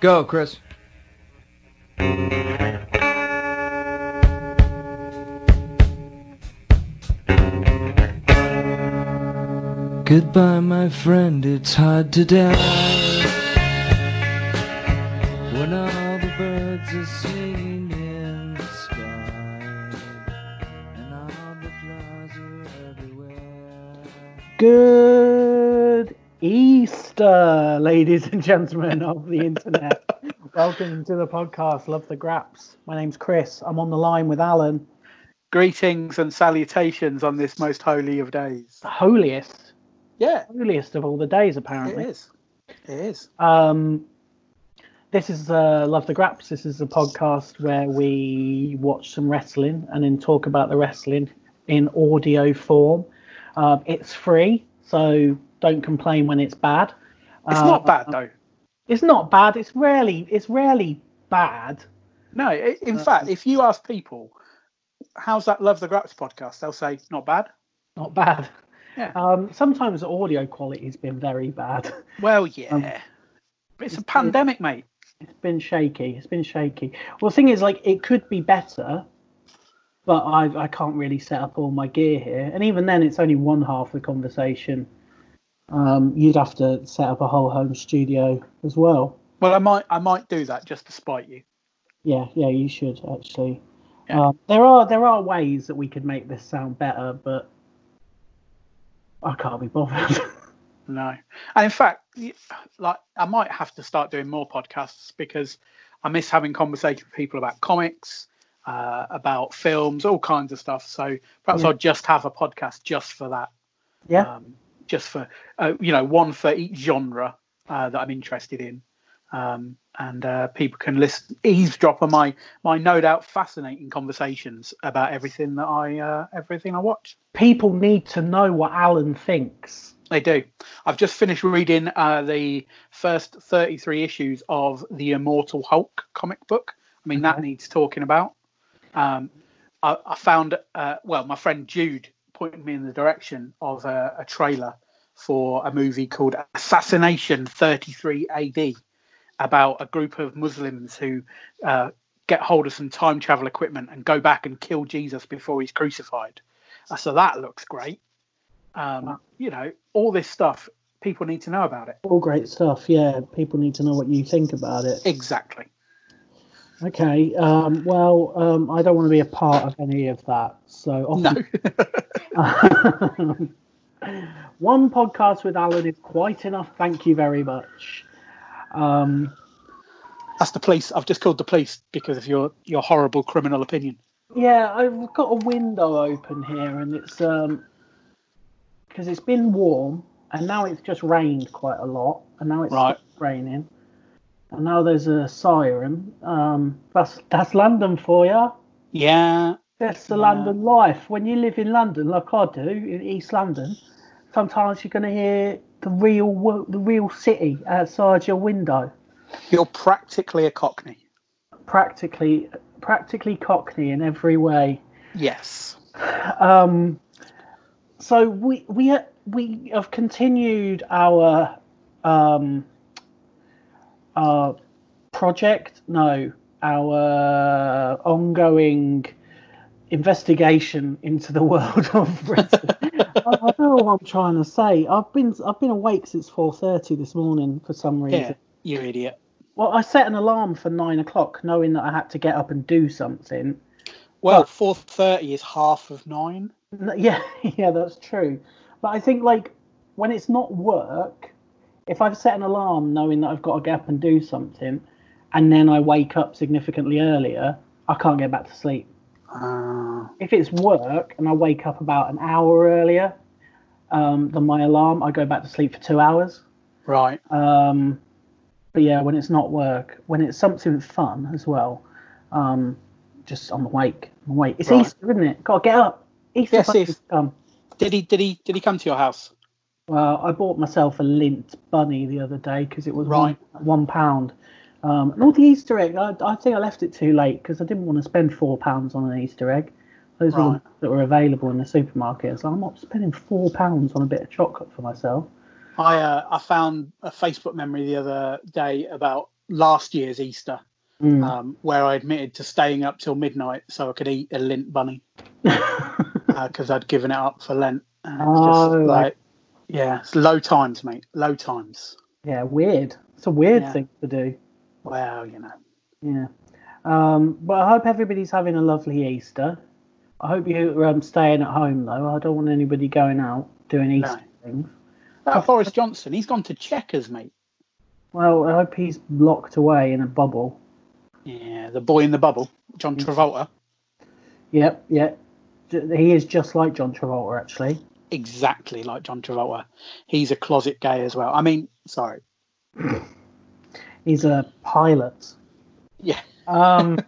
Go, Chris. Goodbye, my friend, it's hard to die. When all the birds are singing in the sky, and all the flowers are everywhere. Good Easter, ladies and gentlemen of the internet. Welcome to the podcast, Love the Graps. My name's Chris. I'm on the line with Alan, Greetings and salutations on this most holy of days. the holiest, Yeah, holiest of all the days, it apparently. is. It is. Um, this is uh, Love the Graps. This is a podcast where we watch some wrestling and then talk about the wrestling in audio form. Um, it's free, so don't complain when it's bad. It's Uh, not bad though. It's not bad. It's rarely it's rarely bad. No, i- uh, in fact, if you ask people, how's that Love the Graps podcast? They'll say, not bad. Not bad. Yeah. Um, sometimes the audio quality's been very bad. Well, Um, yeah. But it's a pandemic, mate. It's been shaky. It's been shaky. Well, the thing is, like, it could be better, but I I can't really set up all my gear here, and even then, it's only one half the conversation. Um, you'd have to set up a whole home studio as well. Well, I might, I might do that just to spite you. Yeah, yeah, you should actually. Yeah. Um, there are there are ways that we could make this sound better, but I can't be bothered. No, and in fact, y- like I might have to start doing more podcasts because I miss having conversations with people about comics, uh, about films, all kinds of stuff. So perhaps Yeah. I'll just have a podcast just for that, yeah, um, just for uh, you know, one for each genre uh, that I'm interested in, um, and uh, people can listen eavesdrop on my my no doubt fascinating conversations about everything that I uh, everything I watch. people need to know what Alan thinks. They do. I've just finished reading uh, the first 33 issues of the Immortal Hulk comic book. I mean, that needs talking about. Um, I, I found, uh, well, my friend Jude pointed me in the direction of a, a trailer for a movie called Assassination 33 AD about a group of Muslims who uh, get hold of some time travel equipment and go back and kill Jesus before he's crucified. Uh, so that looks great. Um, you know, all this stuff, people need to know about it. All great stuff. Yeah, people need to know what you think about it. Exactly. Okay. Um, well, um, I don't want to be a part of any of that. So off No. one podcast with Alan is quite enough. Thank you very much. Um, That's the police. I've just called the police because of your, your horrible criminal opinion. yeah, I've got a window open here, and it's um because it's been warm, and now it's just rained quite a lot, and now it's Right. stopped raining, and now there's a siren. Um, that's that's London for you. Yeah. That's the Yeah. London life. When you live in London, like I do, in East London, sometimes you're going to hear the real wo- the real city outside your window. You're practically a cockney. Practically, practically Cockney in every way. Yes. Um, so we we ha- we have continued our um, our project. No, our ongoing investigation into the world of wrestling. I, I don't know what I'm trying to say. I've been I've been awake since four thirty this morning for some reason. Yeah. You idiot. Well, I set an alarm for nine o'clock, knowing that I had to get up and do something. Well, 4.30 is half of nine. No, Yeah, yeah, that's true. But I think like when it's not work, if I've set an alarm knowing that I've got to get up and do something, and then I wake up significantly earlier, I can't get back to sleep. Ah. If it's work and I wake up about an hour earlier um, than my alarm, I go back to sleep for two hours. right. Um, but yeah, when it's not work, when it's something fun as well, um, just I'm awake. I'm awake. It's Right. Easter, isn't it? Got to get up. Easter Yes, bunnies if- come. Did he did he did he come to your house? Well, I bought myself a lint bunny the other day because it was Right. one, one pound. Um, and all the Easter egg, I, I think I left it too late because I didn't want to spend four pounds on an Easter egg. Those were the Right. ones that were available in the supermarket. So I'm not spending four pounds on a bit of chocolate for myself. I uh, I found a Facebook memory the other day about last year's Easter, Mm. um, where I admitted to staying up till midnight so I could eat a lint bunny because I'd given it up for Lent. And it's just Oh, I- like, yeah, it's low times, mate. Low times. yeah, weird. It's a weird Yeah. thing to do. Well, you know. Yeah. Um, but I hope everybody's having a lovely Easter. I hope you're um, staying at home though. I don't want anybody going out doing Easter things. Uh, Boris Johnson, he's gone to Checkers, mate. Well, I hope he's locked away in a bubble. Yeah, the boy in the bubble, Mm. John Travolta. Yep, yep. J- He is just like John Travolta, actually. Exactly like John Travolta. He's a closet gay as well. I mean, sorry. He's a pilot. Yeah. Um,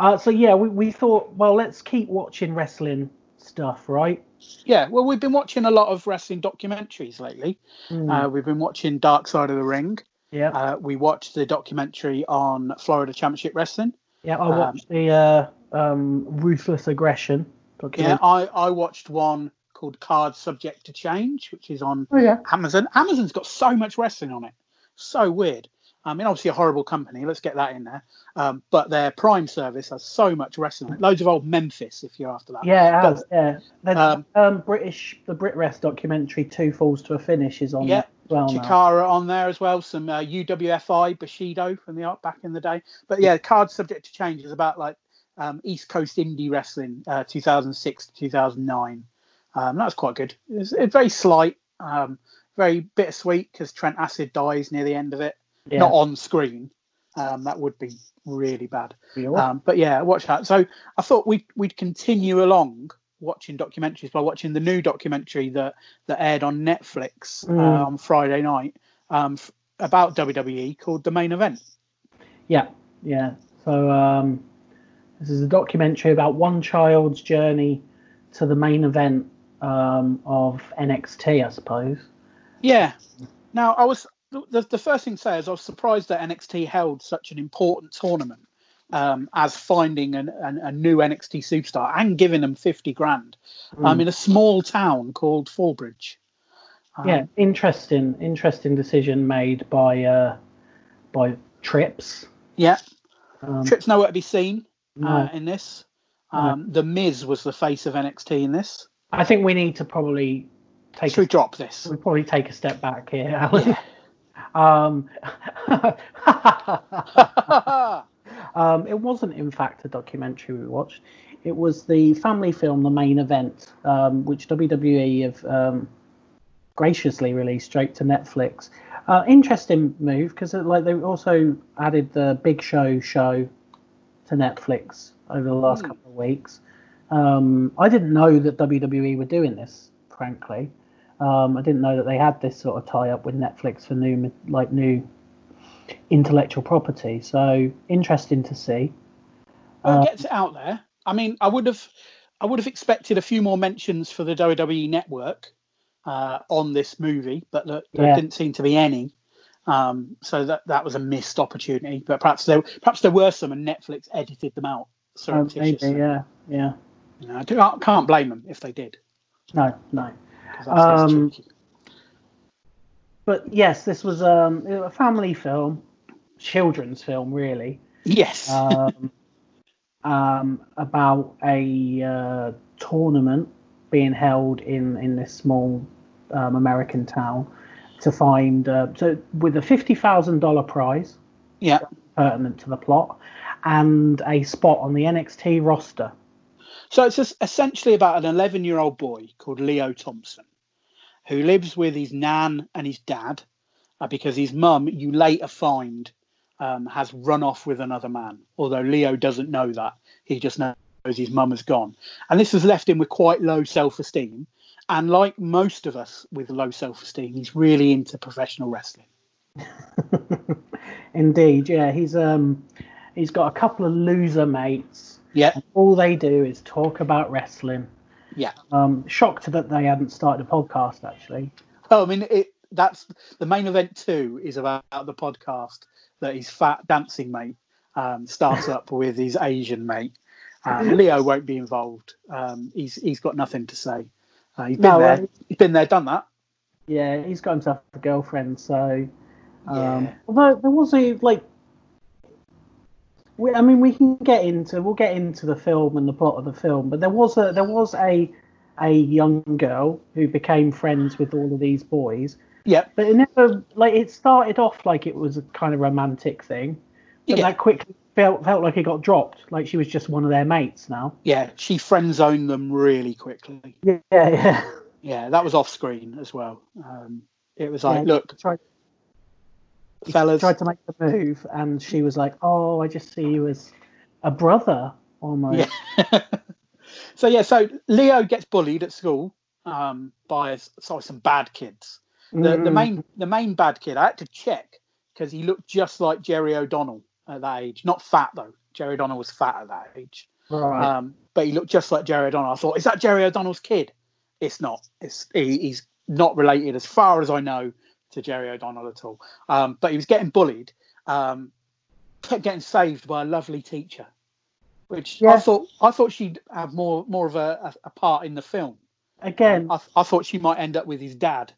uh, so yeah, we, we thought, well, let's keep watching wrestling stuff, right? Yeah, well, we've been watching a lot of wrestling documentaries lately. Mm. Um, Uh, we've been watching Dark Side of the Ring. yeah, Uh, we watched the documentary on Florida Championship Wrestling. yeah. I watched the uh, um, ruthless aggression. Yeah, documentary. I, I watched one called Cards Subject to Change, which is on Oh yeah. Amazon. Amazon's got so much wrestling on it. So weird. I mean, obviously a horrible company. Let's get that in there. Um, but their Prime service has so much wrestling. on it. Loads of old Memphis, if you're after that. Yeah, it But- has, yeah. The Um, um, British, the Brit Rest documentary, Two Falls to a Finish, is on Yeah, there as well now. Chikara on there as well, some uh, UWFI Bushido from the art back in the day. But yeah, Cards Subject to Change is about like um, East Coast indie wrestling, uh, 2006 to 2009. Um, that was quite good. It's, it's very slight, um, very bittersweet because Trent Acid dies near the end of it, Yeah. not on screen. Um, that would be really bad. Real. Um, but yeah, watch that. So I thought we'd we'd continue along watching documentaries by watching the new documentary that that aired on Netflix Mm. uh, on Friday night um, f- about WWE called The Main Event. Yeah, yeah. So um, this is a documentary about one child's journey to the main event um, of NXT, I suppose. Yeah. Now I was the, the first thing to say is I was surprised that NXT held such an important tournament um, as finding an, an, a new NXT superstar and giving them fifty grand. I'm in a small town called Fallbridge. yeah, Um, interesting, interesting decision made by uh, by Trips. Yeah. Um, Trips nowhere to be seen uh, No. in this. Um, The Miz was the face of NXT in this. I think we need to probably take Should we a, drop this? we probably take a step back here, Alan. um, Um, it wasn't, in fact, a documentary we watched. It was the family film, The Main Event, um, which WWE have um, graciously released straight to Netflix. Uh, interesting move because like they also added the Big Show show to Netflix over the last couple of weeks. Um, I didn't know that WWE were doing this, frankly. Um, I didn't know that they had this sort of tie-up with Netflix for new, like new intellectual property. So interesting to see. well, it gets it out there. I mean, I would have, I would have expected a few more mentions for the WWE Network uh, on this movie, but look, there Yeah. didn't seem to be any. Um, so that that was a missed opportunity. But perhaps there, perhaps there were some, and Netflix edited them out Oh, maybe, surreptitiously. yeah, yeah. You know, I, do, I can't blame them if they did. No, no. 'cause that's- that's Um, tricky. But yes, this was um, a family film, children's film, really, yes. um, um, about a uh, tournament being held in in this small um, American town to find uh, so with a fifty thousand dollar prize yeah. pertinent to the plot and a spot on the NXT roster. So it's just essentially about an 11 year old boy called Leo Thompson who lives with his nan and his dad uh, because his mum, you later find, um, has run off with another man. Although Leo doesn't know that. He just knows his mum has gone. And this has left him with quite low self esteem. And like most of us with low self esteem, he's really into professional wrestling. Indeed, yeah, he's um he's got a couple of loser mates. Yeah. All they do is talk about wrestling. Yeah. Um, shocked that they hadn't started a podcast actually. Well, Oh, I mean, it that's the main event too is about the podcast that his fat dancing mate um, starts up with his Asian mate. Um, Leo won't be involved. Um, he's he's got nothing to say. Uh, he's been No, there. um, he's been there, done that. Yeah, he's got himself a girlfriend, so Um, Yeah. Although there was a like, we, I mean, we can get into we'll get into the film and the plot of the film, but there was a there was a a young girl who became friends with all of these boys, Yep. but it never like it started off like it was a kind of romantic thing, but Yeah. that quickly felt felt like it got dropped, like she was just one of their mates now. Yeah, she friend zoned them really quickly. Yeah, yeah. Yeah, that was off screen as well. Um, it was like, Yeah, look, tried, fellas, tried to make the move, and she was like, "Oh, I just see you as a brother almost." Yeah. so yeah, so Leo gets bullied at school um, by s- sorry, some bad kids. The, the Mm. main the main bad kid, I had to check because he looked just like Jerry O'Donnell at that age. Not fat though. Jerry O'Donnell was fat at that age, right. um, but he looked just like Jerry O'Donnell. I thought, is that Jerry O'Donnell's kid? It's not. It's he, he's not related, as far as I know, to Jerry O'Donnell at all. Um, but he was getting bullied. Um, kept getting saved by a lovely teacher, which I Yeah. thought I thought she'd have more more of a, a, a part in the film. Again, I, I thought she might end up with his dad.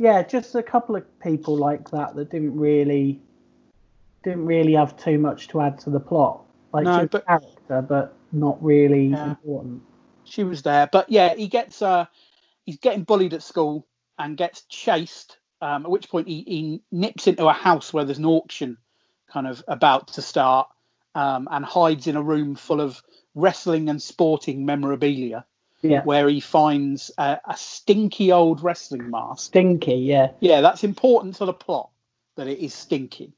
yeah, just a couple of people like that that didn't really didn't really have too much to add to the plot. Like No, she was but- a character, but not really Yeah. important. She was there, but yeah, he gets uh, he's getting bullied at school and gets chased. Um, at which point he, he nips into a house where there's an auction kind of about to start um, and hides in a room full of wrestling and sporting memorabilia Yeah, where he finds a, a stinky old wrestling mask stinky. Yeah, Yeah, that's important to the plot that it is stinky.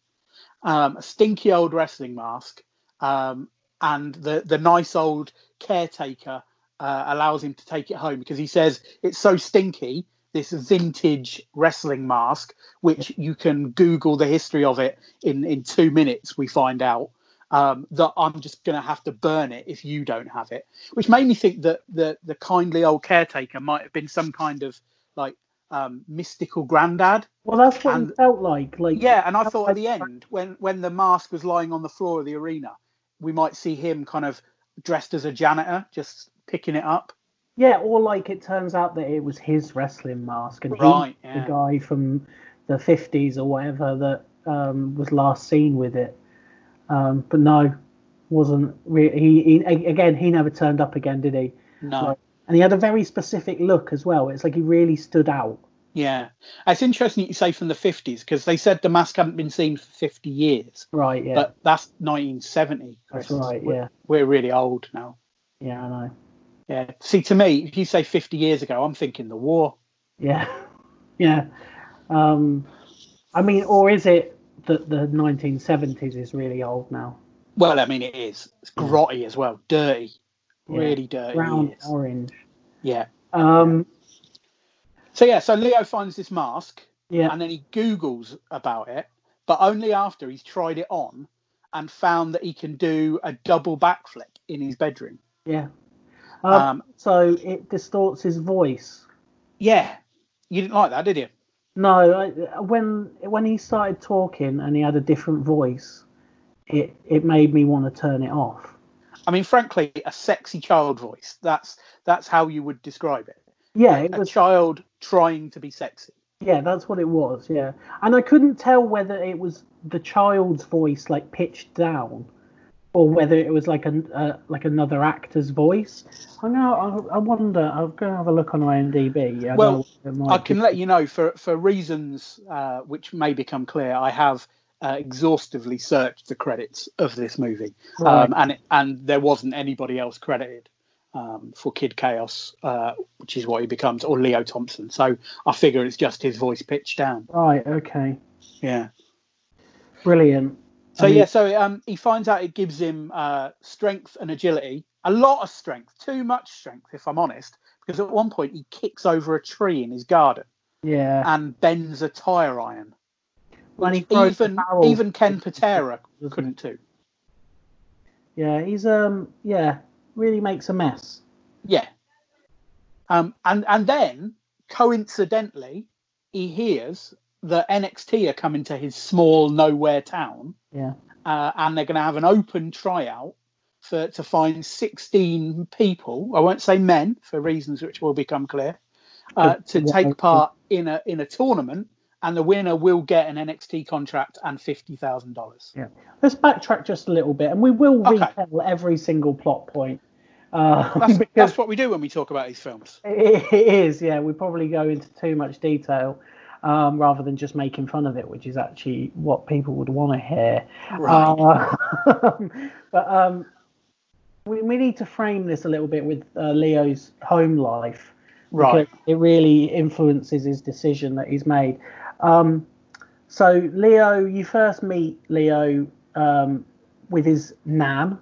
Um, a stinky old wrestling mask, um, and the the nice old caretaker uh, allows him to take it home because he says it's so stinky. This vintage wrestling mask, which you can Google the history of it in in two minutes, we find out um, that I'm just going to have to burn it if you don't have it. Which made me think that the the kindly old caretaker might have been some kind of like um, mystical granddad. well, that's what And- it felt like. Like Yeah, and I thought at the end, when when the mask was lying on the floor of the arena, we might see him kind of dressed as a janitor, just picking it up. yeah, or like it turns out that it was his wrestling mask, and Right, he, yeah. the guy from the fifties or whatever that um, was last seen with it. Um, but no, wasn't really. He, he a- again, he never turned up again, did he? No, Like, and he had a very specific look as well. It's like he really stood out. yeah, it's interesting that you say from the fifties because they said the mask hadn't been seen for fifty years, Right, yeah. but that's nineteen seventy. that's right, We're, yeah. we're really old now. Yeah, I know. Yeah. See, to me, if you say fifty years ago, I'm thinking the war. Yeah. yeah. Um I mean, or is it that the nineteen seventies is really old now? Well, I mean, it is. It's grotty as well, dirty, Yeah. really dirty. Brown it is. orange. Yeah. Um So yeah, so Leo finds this mask yeah. and then he Googles about it, but only after he's tried it on and found that he can do a double backflip in his bedroom. Yeah. Um, Um, so it distorts his voice. yeah, you didn't like that, did you? No, I, when when he started talking and he had a different voice, it it made me want to turn it off. I mean, frankly, a sexy child voice. That's that's how you would describe it. Yeah, it a was child trying to be sexy. Yeah, that's what it was. Yeah, and I couldn't tell whether it was the child's voice like pitched down, or whether it was like an uh, like another actor's voice. I know. I, I wonder. I'm gonna have a look on IMDb. Yeah, I Well, know what it might I can be. let you know for for reasons uh, which may become clear. I have uh, exhaustively searched the credits of this movie, Right. um, and it, and there wasn't anybody else credited um, for Kid Chaos, uh, which is what he becomes, or Leo Thompson. So I figure it's just his voice pitched down. Right. Okay. Yeah. Brilliant. So I mean- yeah, so um, he finds out it gives him uh, strength and agility, a lot of strength, too much strength, if I'm honest, because at one point he kicks over a tree in his garden Yeah. and bends a tire iron. When he Which throws the even barrel- even Ken Patera couldn't do. Yeah, he's um. Yeah, really makes a mess. Yeah. Um, and and then coincidentally, he hears that NXT are coming to his small nowhere town, Yeah. uh, and they're going to have an open tryout for to find 16 people. I won't say men for reasons which will become clear uh, to Yeah. take part in a in a tournament and the winner will get an NXT contract and fifty thousand dollars. Yeah. Let's backtrack just a little bit, and we will Okay. retell every single plot point. Uh, That's, because that's what we do when we talk about these films. it is, yeah. We probably go into too much detail um, rather than just making fun of it, which is actually what people would want to hear. Um, Uh, but um, we, we need to frame this a little bit with uh, Leo's home life. Right. because It really influences his decision that he's made. Um, so, Leo, you first meet Leo um, with his nan.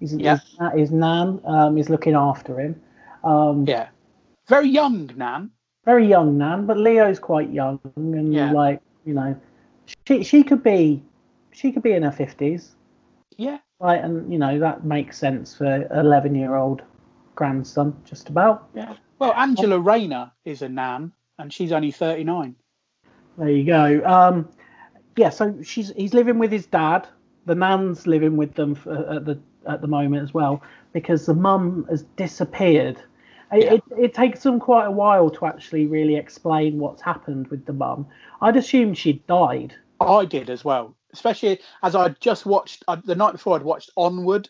His, Yeah. his, na- his nan um, is looking after him. Um, Yeah. Very young Nan. Very young nan, but Leo's quite young and Yeah. like you know, she she could be she could be in her fifties. Yeah. Right, and you know that makes sense for eleven-year-old grandson, just about. Yeah. Well, Angela Rayner is a Nan, and she's only thirty nine. There you go. Um, yeah, so she's he's living with his dad. The nan's living with them for, at the at the moment as well because the mum has disappeared. It, Yeah. it, it takes them quite a while to actually really explain what's happened with the mum. I'd assumed she died. I did as well, especially as I just watched uh, the night before. I'd watched Onward,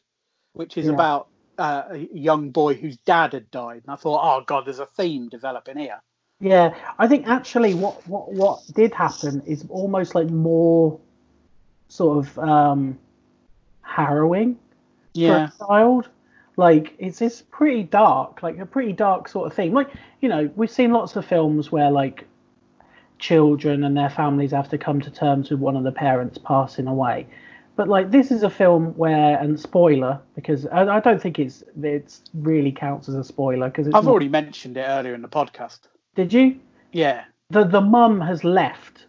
which is Yeah. about uh, a young boy whose dad had died, and I thought, oh god, there's a theme developing here. Yeah, I think actually what what what did happen is almost like more sort of um, harrowing Yeah. for a child. Like it's it's pretty dark, like a pretty dark sort of theme. Like you know, we've seen lots of films where like children and their families have to come to terms with one of the parents passing away. But like this is a film where, and spoiler because I, I don't think it's it's really counts as a spoiler because I've already mentioned it earlier in the podcast. did you Yeah. the the mum has left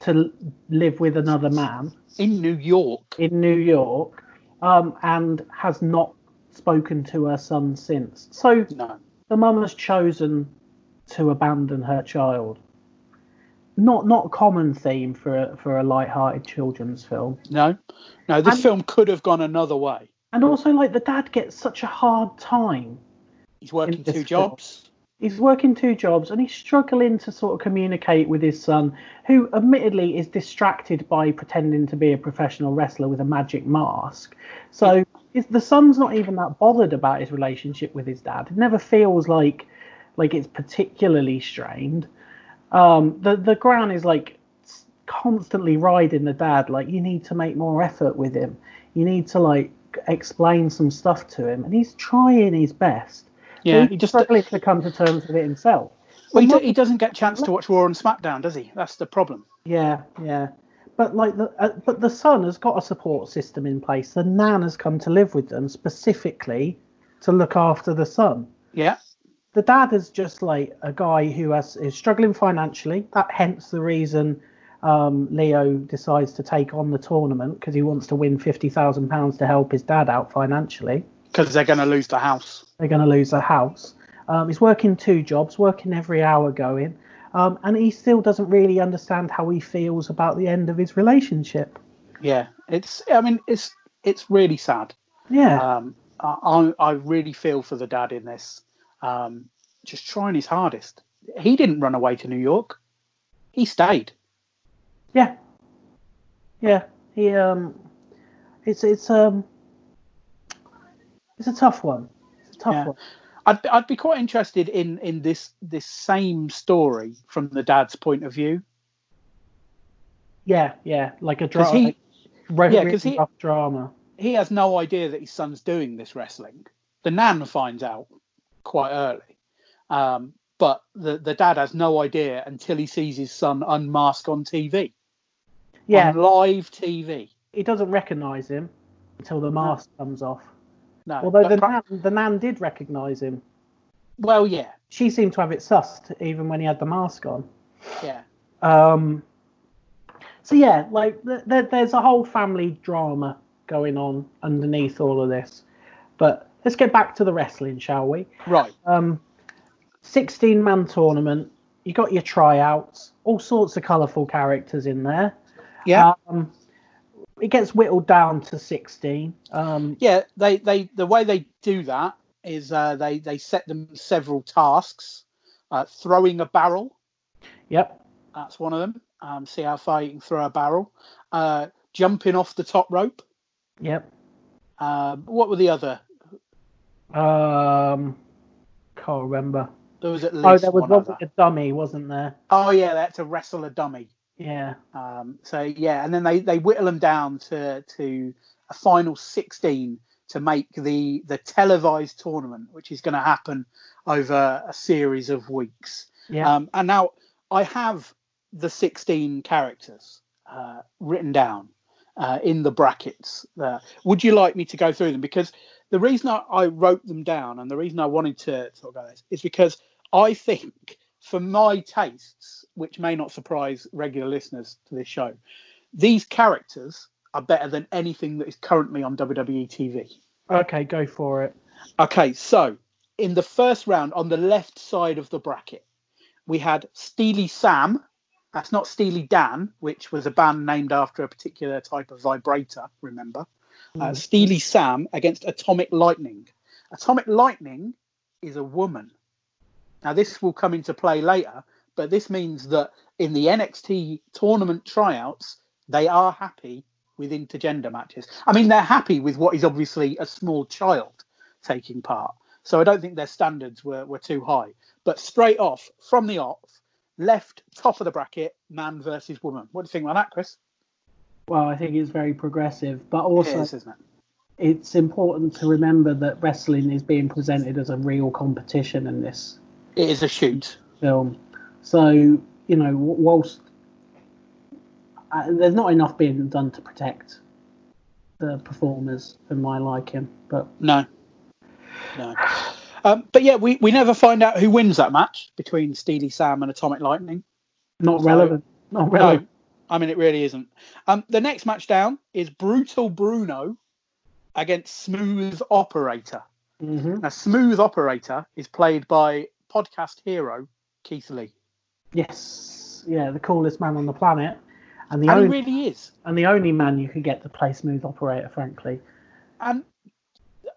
to l- live with another man In New York. in New York, um, and has not spoken to her son since. So No. the mum has chosen to abandon her child. Not not a common theme for a, for a light-hearted children's film. No. No, this And- film could have gone another way. And also, like the dad gets such a hard time. He's working this film. two jobs. He's working two jobs and he's struggling to sort of communicate with his son, who admittedly is distracted by pretending to be a professional wrestler with a magic mask. So is- the son's not even that bothered about his relationship with his dad. It never feels like like it's particularly strained. Um, the the gran is like s- constantly riding the dad, like you need to make more effort with him. You need to like explain some stuff to him, and he's trying his best. Yeah, He's he just- struggling to come to terms with it himself. Well, he, But do- he doesn't get a chance to watch Raw and SmackDown, does he? That's the problem. Yeah, yeah. But like the uh, but the son has got a support system in place. The nan has come to live with them specifically to look after the son. Yeah. The dad is just like a guy who has is struggling financially. That hence the reason um, Leo decides to take on the tournament because he wants to win fifty thousand pounds to help his dad out financially. Because they're going to lose the house. They're going to lose their house. Um, he's working two jobs, working every hour going, um, and he still doesn't really understand how he feels about the end of his relationship. Yeah. It's, I mean, it's, it's really sad. Yeah, Um, I, I I really feel for the dad in this. Um, just trying his hardest. He didn't run away to New York. He stayed. yeah, yeah. He um, it's it's um, it's a tough one. It's a tough Yeah. one. I'd, I'd be quite interested in in this this same story from the dad's point of view Yeah, yeah. Like a because drama. he yeah, 'cause he- rough drama. he has no idea that his son's doing this wrestling. The nan finds out quite early, um, but the the dad has no idea until he sees his son unmask on TV, Yeah, on live TV. he doesn't recognise him until the mask comes off. No, Although but the pra- nan, the nan did recognise him. well, yeah, she seemed to have it sussed even when he had the mask on. yeah, Um, so yeah, like th- th- there's a whole family drama going on underneath all of this. But let's get back to the wrestling, shall we? right, Um, 16 man tournament. You got your tryouts, all sorts of colourful characters in there. yeah, Um, it gets whittled down to 16. Um, yeah. They they the way they do that is uh, they they set them several tasks, uh, throwing a barrel. yep. That's one of them. Um, see how far you can throw a barrel. Uh, jumping off the top rope. Yep. Um, what were the other? Um, can't remember. There was at least Oh, there was one. one other. with a dummy, wasn't there? Oh yeah, they had to wrestle a dummy. Yeah. Um, so yeah, and then they, they whittle them down to to a final sixteen to make the the televised tournament, which is going to happen over a series of weeks. Yeah. Um, and now I have the 16 characters uh, written down uh, in the brackets. Uh, would you like me to go through them? Because the reason I, I wrote them down and the reason I wanted to sort of go this is because I think, for my tastes, which may not surprise regular listeners to this show, these characters are better than anything that is currently on E WWE TV. okay, go for it. Okay, so in the first round on the left side of the bracket, we had Steely Sam. That's not Steely Dan, which was a band named after a particular type of vibrator, remember? Uh, Steely Sam against Atomic Lightning. Atomic Lightning is a woman. Now, this will come into play later, but this means that in the NXT tournament tryouts, they are happy with intergender matches. I mean, they're happy with what is obviously a small child taking part. So I don't think their standards were, were too high. But straight off from the off, left top of the bracket, man versus woman. What do you think about that, Chris? Well, I think it's very progressive, but also it is, isn't it? it's important to remember that wrestling is being presented as a real competition in this It is a shoot. film. So you know, wh- whilst uh, there's not enough being done to protect the performers, for my liking, but No. No. Um, but yeah, we, we never find out who wins that match between Steely Sam and Atomic Lightning. not So- relevant. Not relevant. No, I mean, it really isn't. Um, the next match down is Brutal Bruno against Smooth Operator. hmm Now, Smooth Operator is played by podcast hero Keith Lee. Yes, yeah, the coolest man on the planet, and the And only he really is. and the only man you could get to play smooth operator, frankly. And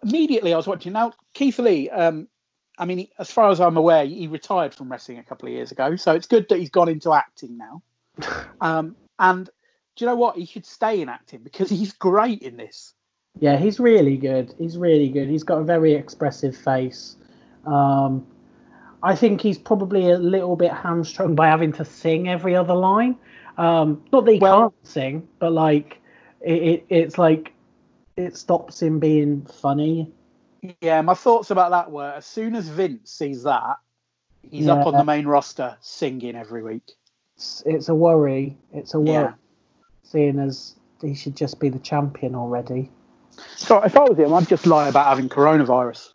immediately I was watching. Now, Keith Lee, um, I mean, as far as I'm aware, he retired from wrestling a couple of years ago. So it's good that he's gone into acting now. Um, and do you know what? He should stay in acting because he's great in this. Yeah, he's really good. He's really good. He's got a very expressive face. Um, I think he's probably a little bit hamstrung by having to sing every other line. Um, not that he Well- can't sing, but like it, it, it's like it stops him being funny. Yeah, my thoughts about that were as soon as Vince sees that, he's up on Yeah. the main roster singing every week. It's, it's a worry. It's a worry. Yeah. Seeing as he should just be the champion already. So if I was him, I'd just lie about having coronavirus.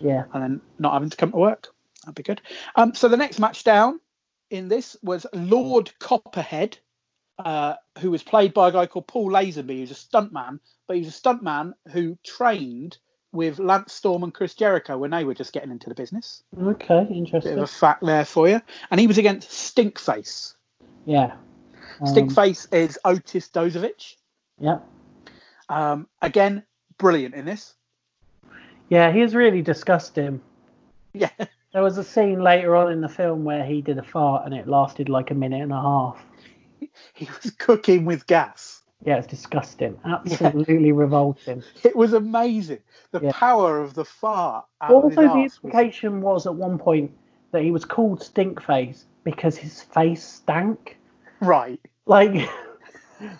Yeah. and then not having to come to work. That'd be good. Um, so the next match down in this was Lord Copperhead, uh, who was played by a guy called Paul Lazenby, who's a stuntman, but he was a stuntman who trained with Lance Storm and Chris Jericho when they were just getting into the business. Okay. Bit Interesting. of a fact there for you. And he was against Stinkface. Yeah. Um, Stinkface is Otis Dozovich. Yeah. Um, again, brilliant in this. Yeah. He's really disgusting. Yeah. There was a scene later on in the film where he did a fart and it lasted like a minute and a half. He was cooking with gas. Yeah, it's disgusting. Absolutely revolting. It was amazing. The Yeah. power of the fart. Out of his Also, the arse was- implication was at one point that he was called Stinkface because his face stank. right. Like,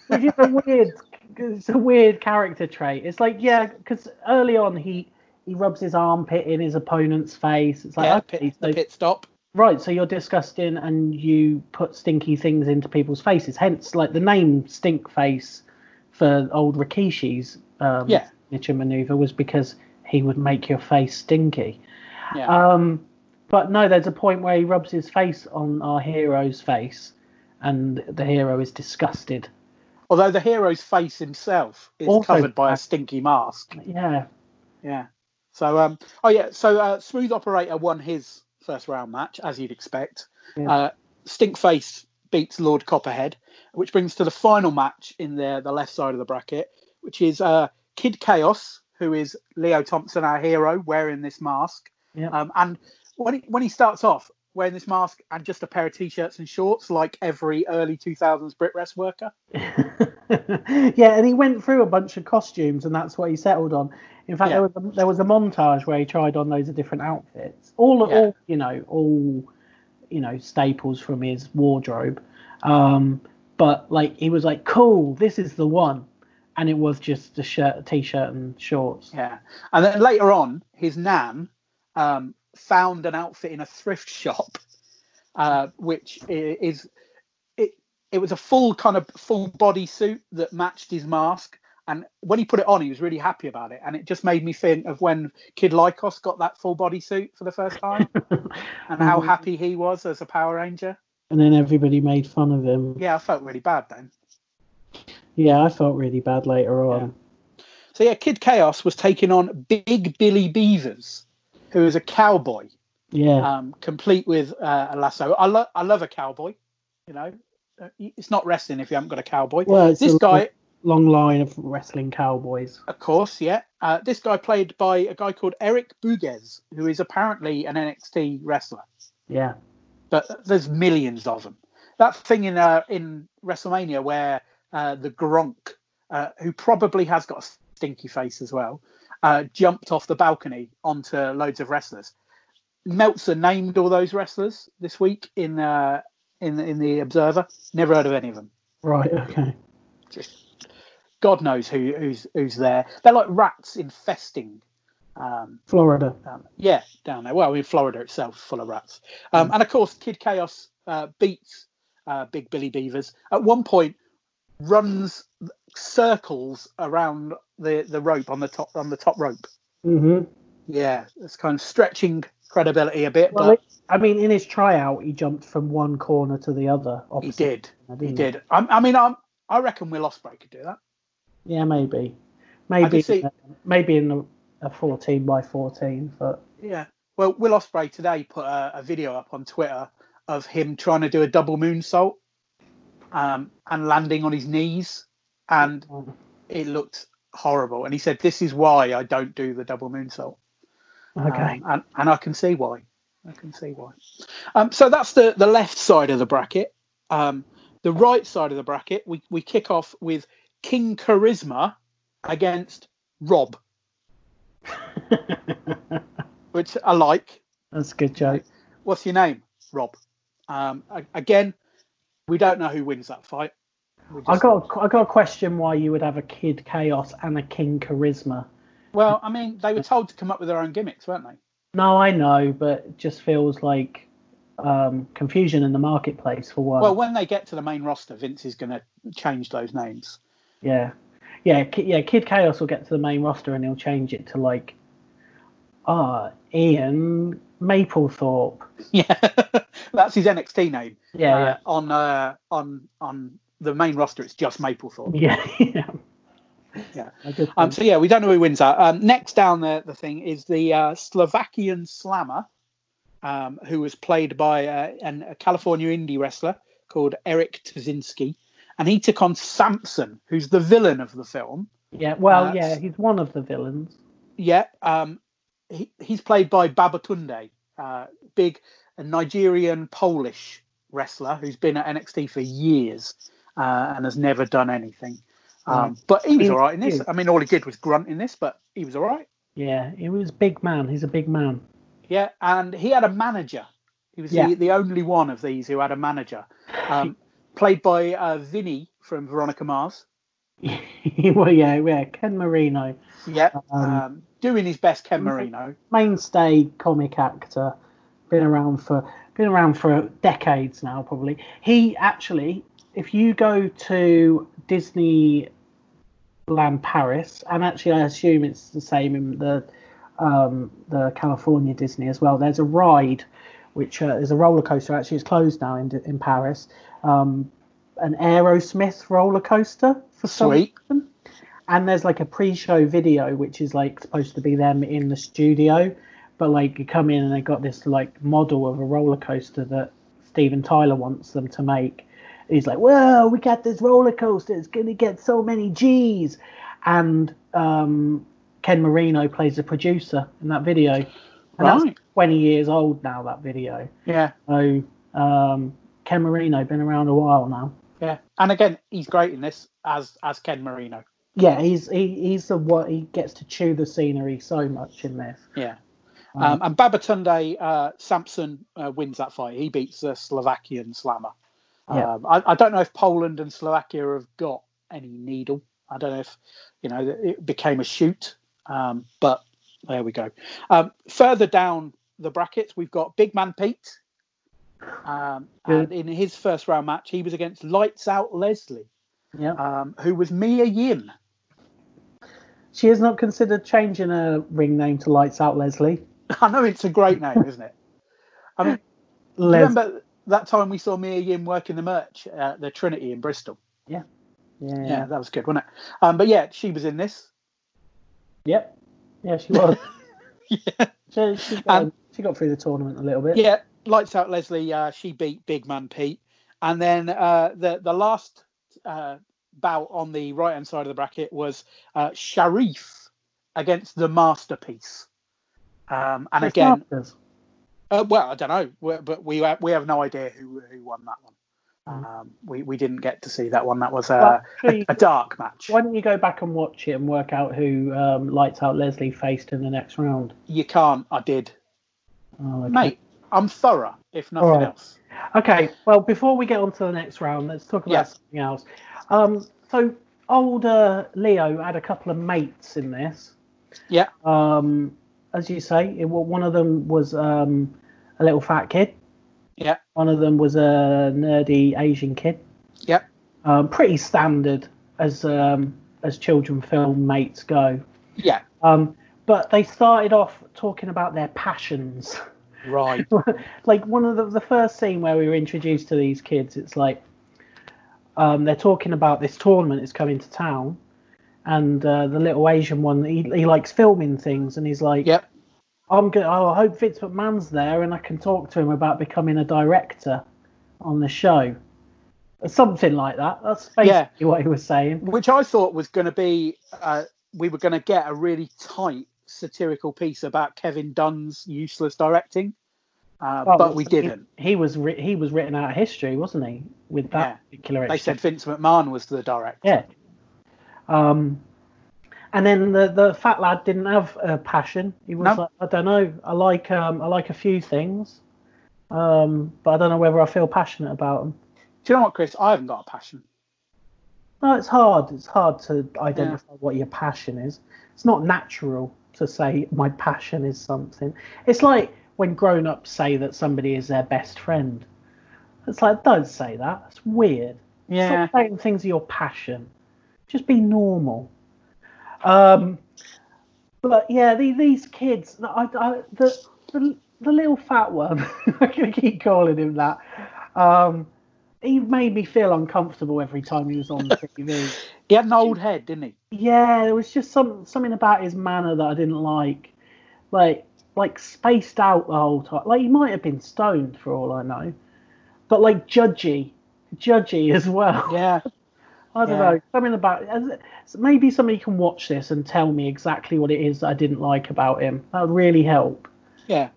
which is a weird, it's a weird character trait. It's like, yeah, because early on he he rubs his armpit in his opponent's face. It's like, yeah, okay, pit, so- the pit stop. Right, so you're disgusting and you put stinky things into people's faces. Hence, like the name Stink Face for old Rikishi's um, Yeah. signature maneuver was because he would make your face stinky. Yeah. Um, but no, there's a point where he rubs his face on our hero's face and the hero is disgusted. Although the hero's face himself is Also- covered by a stinky mask. Yeah, Yeah. So um. Oh yeah. So uh, smooth operator won his first round match as you'd expect. Yeah. Uh, Stinkface beats Lord Copperhead, which brings to the final match in the the left side of the bracket, which is uh Kid Chaos, who is Leo Thompson, our hero, wearing this mask. yeah. Um, and when he, when he starts off, wearing this mask and just a pair of t-shirts and shorts, like every early 2000s Brit rest worker. yeah, and he went through a bunch of costumes, and that's what he settled on. In fact, Yeah. there was a, there was a montage where he tried on loads of different outfits, all Yeah. all you know, all you know, staples from his wardrobe. Um, but like he was like, "Cool, this is the one," and it was just a shirt, a t-shirt, and shorts. Yeah, and then later on, his nan um, found an outfit in a thrift shop, uh, which i- is it. It was a full kind of full body suit that matched his mask. And when he put it on, he was really happy about it. And it just made me think of when Kid Lycos got that full body suit for the first time and how Mhm. happy he was as a Power Ranger. And then everybody made fun of him. Yeah, I felt really bad then. Yeah, I felt really bad later on. Yeah. So yeah, Kid Chaos was taking on Big Billy Beavers, who is a cowboy, Yeah, um, complete with uh, a lasso. I, lo- I love a cowboy. You know, Uh, it's not wrestling if you haven't got a cowboy. Well, it's this a- guy, long line of wrestling cowboys. of course, yeah. Uh, this guy played by a guy called Eric Buguez, who is apparently an NXT wrestler, Yeah, but there's millions of them. That thing in uh, in WrestleMania where uh, the Gronk, uh, who probably has got a stinky face as well, uh, jumped off the balcony onto loads of wrestlers. Meltzer named all those wrestlers this week in uh, in in the Observer. Never heard of any of them. right, okay. God knows who who's who's there. They're like rats infesting. Um, Florida. down there. Yeah, down there. Well, in Florida itself, full of rats. Um, And of course, Kid Chaos uh, beats uh, Big Billy Beavers. At one point, runs circles around the, the rope on the top on the top rope. hmm Yeah, it's kind of stretching credibility a bit, Well, but it- I mean, in his tryout, he jumped from one corner to the other. he Opposite, did. corner, He didn't did. I, I mean, I'm, I reckon Will Osprey could do that. Yeah, maybe, maybe, see- maybe in a, a fourteen by fourteen, but Yeah. Well, Will Osprey today put a, a video up on Twitter of him trying to do a double moonsault um, and landing on his knees, and um, it looked horrible. And he said, "This is why I don't do the double moonsault." Um, okay. and and I can see why. I can see why. Um, so that's the the left side of the bracket. Um, the right side of the bracket, we we kick off with King Charisma against Rob, which I like. That's a good joke. what's your name, Rob? Um, a- again, we don't know who wins that fight. We I just- got, a- I got a question why you would have a kid chaos and a king charisma. well, I mean, they were told to come up with their own gimmicks, weren't they? No, I know, but it just feels like um, confusion in the marketplace for one. Well, when they get to the main roster, Vince is going to change those names. Yeah, yeah, Ki- yeah. Kid Chaos will get to the main roster and he'll change it to like, ah, Ian Maplethorpe. Yeah, that's his NXT name. Yeah, Uh, on uh, on on the main roster, it's just Maplethorpe. yeah, yeah, Uh, Yeah. A good Um, point. so yeah, we don't know who wins that. Um, next down the the thing is the uh, Slovakian Slammer, um, who was played by uh, an, a California indie wrestler called Eric Tuzinski, and he took on Samson, who's the villain of the film. yeah. Well, uh, yeah, he's one of the villains. Yeah, um, he, he's played by Babatunde, uh, big Nigerian Polish wrestler who's been at NXT for years uh, and has never done anything. Um, but he was all right in this. I mean, all he did was grunt in this, but he was all right. Yeah, he was big man. He's a big man. Yeah, and he had a manager. He was Yeah. the, the only one of these who had a manager, um, played by uh, Vinny from Veronica Mars. well, yeah, yeah. Ken Marino, Yeah, Um, um, doing his best, Ken Marino. mainstay comic actor, been around for been around for decades now, probably. He actually, if you go to Disneyland Paris, and actually I assume it's the same in the um, the California Disney as well. There's a ride, which uh, is a roller coaster. Actually, it's closed now in in Paris. Um, an Aerosmith roller coaster for some Sweet. reason. And there's like a pre-show video, which is like supposed to be them in the studio, but like you come in and they got this like model of a roller coaster that Steven Tyler wants them to make. He's like, "Whoa, we got this roller coaster. It's gonna get so many G's," and um, Ken Marino plays the producer in that video. And that's Right. 20 years old now. That video. Yeah, So um, Ken Marino been around a while now. yeah. And again, he's great in this as as Ken Marino. Yeah, he's he, he's the what he gets to chew the scenery so much in this. Yeah. Um, and Babatunde uh, Sampson uh, wins that fight. He beats the Slovakian slammer. Yeah. Um, I, I don't know if Poland and Slovakia have got any needle. I don't know if you know it became a shoot, um, but there we go. Um, further down the brackets, we've got Big Man Pete. Um, and in his first round match, he was against Lights Out Leslie, Yeah, um, who was Mia Yim. she has not considered changing her ring name to Lights Out Leslie. I know it's a great name, isn't it? I mean, Les- Remember that time we saw Mia Yim working the merch at the Trinity in Bristol? yeah, Yeah, that was good, wasn't it? Um, but yeah, she was in this. yep, yeah, she was. yeah. she, she, got, And- she got through the tournament a little bit. Um, yeah, lights out Leslie. Uh, she beat Big Man Pete, and then uh, the the last uh, bout on the right hand side of the bracket was uh, Sharif against the Masterpiece. Um, and That's again, masters. Uh, well, I don't know, we but we have, we have no idea who who won that one. Um, we we didn't get to see that one. That was uh, Ah. Well, actually- a, a dark match. Why don't you go back and watch it and work out who um, Lights Out Leslie faced in the next round? You can't. I did, Oh, okay. mate. I'm thorough, if nothing All right. else. Okay, well, before we get on to the next round, let's talk about Yes. something else. Um, so, older Leo had a couple of mates in this. Yeah, Um, as you say, it, wa- one of them was um, a little fat kid. yeah, One of them was a nerdy Asian kid. yeah, Um, pretty standard as um, as children film mates go. yeah. Um, but they started off talking about their passions. Right. like one of the, the first scene where we were introduced to these kids, it's like um, they're talking about this tournament is coming to town, and uh, the little Asian one he, he likes filming things, and he's like, yep. "I'm going. Oh, I hope Vince McMahon's there, and I can talk to him about becoming a director on the show." Something like that. That's basically Yeah. what he was saying. Which I thought was going to be, uh, we were going to get a really tight satirical piece about Kevin Dunn's useless directing, uh, but we he- didn't. He, was writ he was written out of history, wasn't he? With that particular. They extra- said Vince McMahon was the director. Yeah. Um, and then the the fat lad didn't have a passion. He was No. like, I don't know. I like um, I like a few things, um, but I don't know whether I feel passionate about them. Do you know what, Chris? I haven't got a passion. No, it's hard. It's hard to identify what your passion is. It's not natural to say my passion is something. It's like when grown ups say that somebody is their best friend. It's like don't say that. It's weird. Yeah. Stop saying things are your passion. Just be normal. Um, but yeah, the, these kids, I, I, the, the the little fat one, I'm gonna keep calling him that. Um, he made me feel uncomfortable every time he was on TV. He had an old head, didn't he? Yeah, there was just some something about his manner that I didn't like, like like spaced out the whole time. Like he might have been stoned for all I know, but like judgy, judgy as well. Yeah. I don't Yeah. know. Something about as it- so maybe somebody can watch this and tell me exactly what it is that I didn't like about him. That would really help. Yeah.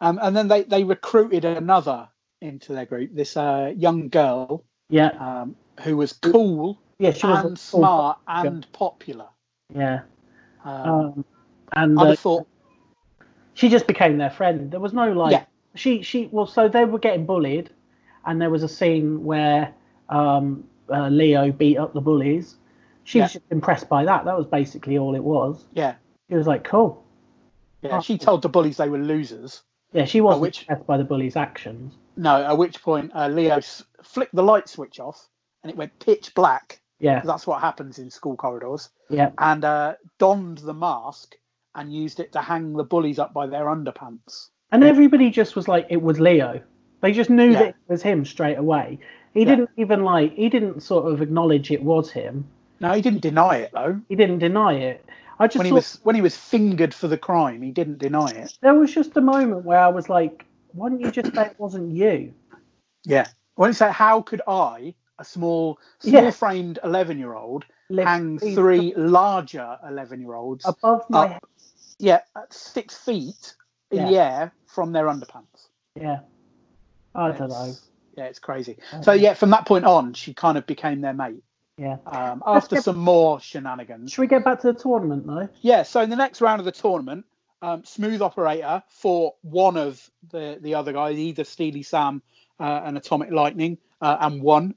Um, and then they, they recruited another into their group, this uh, young girl Yeah, um, who was cool yeah, she was and a- smart and popular. Yeah, Um, um, and I uh, just thought, she just became their friend. There was no like Yeah. she she well, so they were getting bullied, and there was a scene where um, uh, Leo beat up the bullies. She was Yeah. just impressed by that. That was basically all it was. yeah, It was like cool. yeah. She told the bullies they were losers. Yeah, she wasn't which- impressed by the bullies' actions. No, at which point uh, Leo s- flicked the light switch off and it went pitch black. Yeah, That's what happens in school corridors. yeah. And uh, donned the mask and used it to hang the bullies up by their underpants. And everybody just was like, it was Leo. They just knew Yeah. that it was him straight away. He didn't even like, he didn't sort of acknowledge it was him. No, he didn't deny it though. He didn't deny it. I just When he thought- was when he was fingered for the crime, he didn't deny it. there was just a moment where I was like, why didn't you just say it wasn't you? Yeah. When he said, "How could I, a small, small-framed eleven-year-old, Lift hang these three larger eleven-year-olds Above my up- head. yeah, at six feet in Yeah. the air from their underpants. Yeah. I don't know. It's- Yeah, it's crazy. So yeah, from that point on, she kind of became their mate. Yeah. Um, after get- some more shenanigans, Should we get back to the tournament though? yeah. So in the next round of the tournament, um, smooth operator for one of the the other guys, either Steely Sam uh, and Atomic Lightning, uh, and one.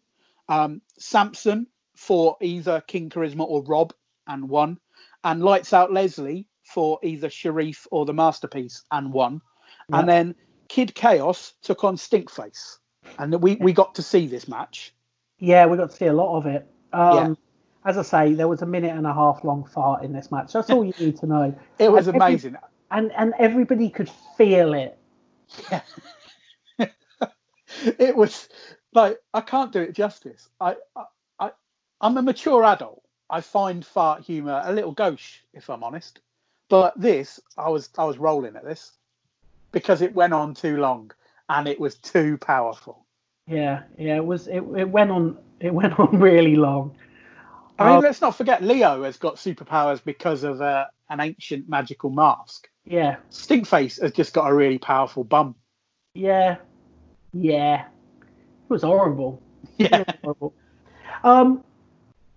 Um, Samson for either King Charisma or Rob, and one. And Lights Out Leslie for either Sharif or the Masterpiece, and one. Yeah. And then Kid Chaos took on Stinkface, and we we got to see this match. Yeah, we got to see a lot of it. Um, As I say, there was a minute and a half long fart in this match. That's all you need to know. It was And every- amazing. And and everybody could feel it. it was like I can't do it justice. I, I, I I'm a mature adult. I find fart humour a little gauche, if I'm honest. But this, I was I was rolling at this because it went on too long and it was too powerful. Yeah, yeah. It was. It, it went on. It went on really long. I mean, Um, let's not forget Leo has got superpowers because of uh, an ancient magical mask. Yeah, Stinkface has just got a really powerful bum. yeah, yeah. It was horrible. Yeah. horrible. Um,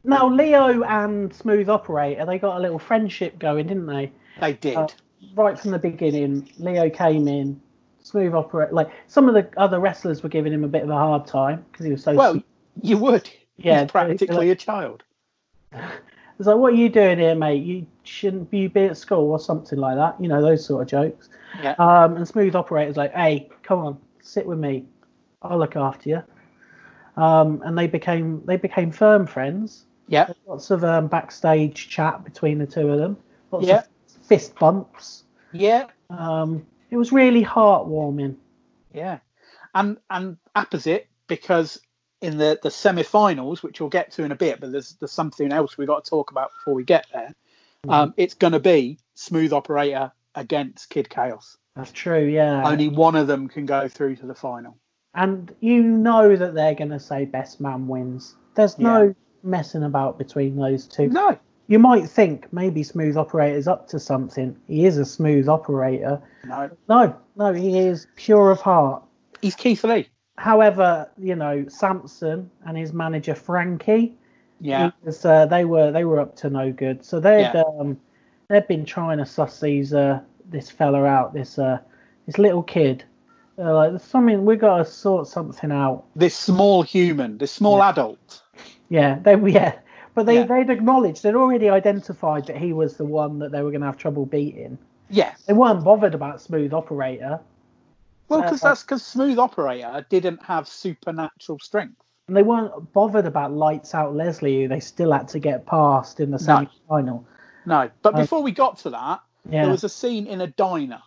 now Leo and Smooth Operator, they got a little friendship going, didn't they? They did. Uh, right from the beginning, Leo came in, smooth operator. Like some of the other wrestlers were giving him a bit of a hard time because he was so. well, you would. Yeah, He's practically a child. it's like, what are you doing here, mate? You shouldn't be, be at school or something like that. You know those sort of jokes. Yeah. Um, and smooth operator's like, hey, come on, sit with me, I'll look after you. Um, and they became they became firm friends. yeah. Lots of um, backstage chat between the two of them. Lots Yeah. of fist bumps. Yeah. Um, it was really heartwarming. Yeah, and and opposite because in the the semi-finals, which we'll get to in a bit, but there's there's something else we got to talk about before we get there. Um, it's going to be Smooth Operator against Kid Chaos. That's true, yeah. Only one of them can go through to the final. and you know that they're going to say best man wins. There's Yeah. no messing about between those two. No, You might think maybe Smooth Operator's up to something. He is a smooth operator. no, No, no, he is pure of heart. he's Keith Lee. However, you know, Samson and his manager Frankie, Yeah, because, uh, they were they were up to no good. So they'd Yeah. um, they'd been trying to suss these uh, this fella out, this uh, this little kid. They're like, there's something we got to sort something out. this small human, this small adult. Yeah, they yeah, but they Yeah. they'd acknowledged they'd already identified that he was the one that they were going to have trouble beating. Yeah, They weren't bothered about Smooth Operator, well, because that's because Smooth Operator didn't have supernatural strength. and they weren't bothered about Lights Out Leslie, who they still had to get past in the semi final. No, but No. before we got to that, Yeah, There was a scene in a diner.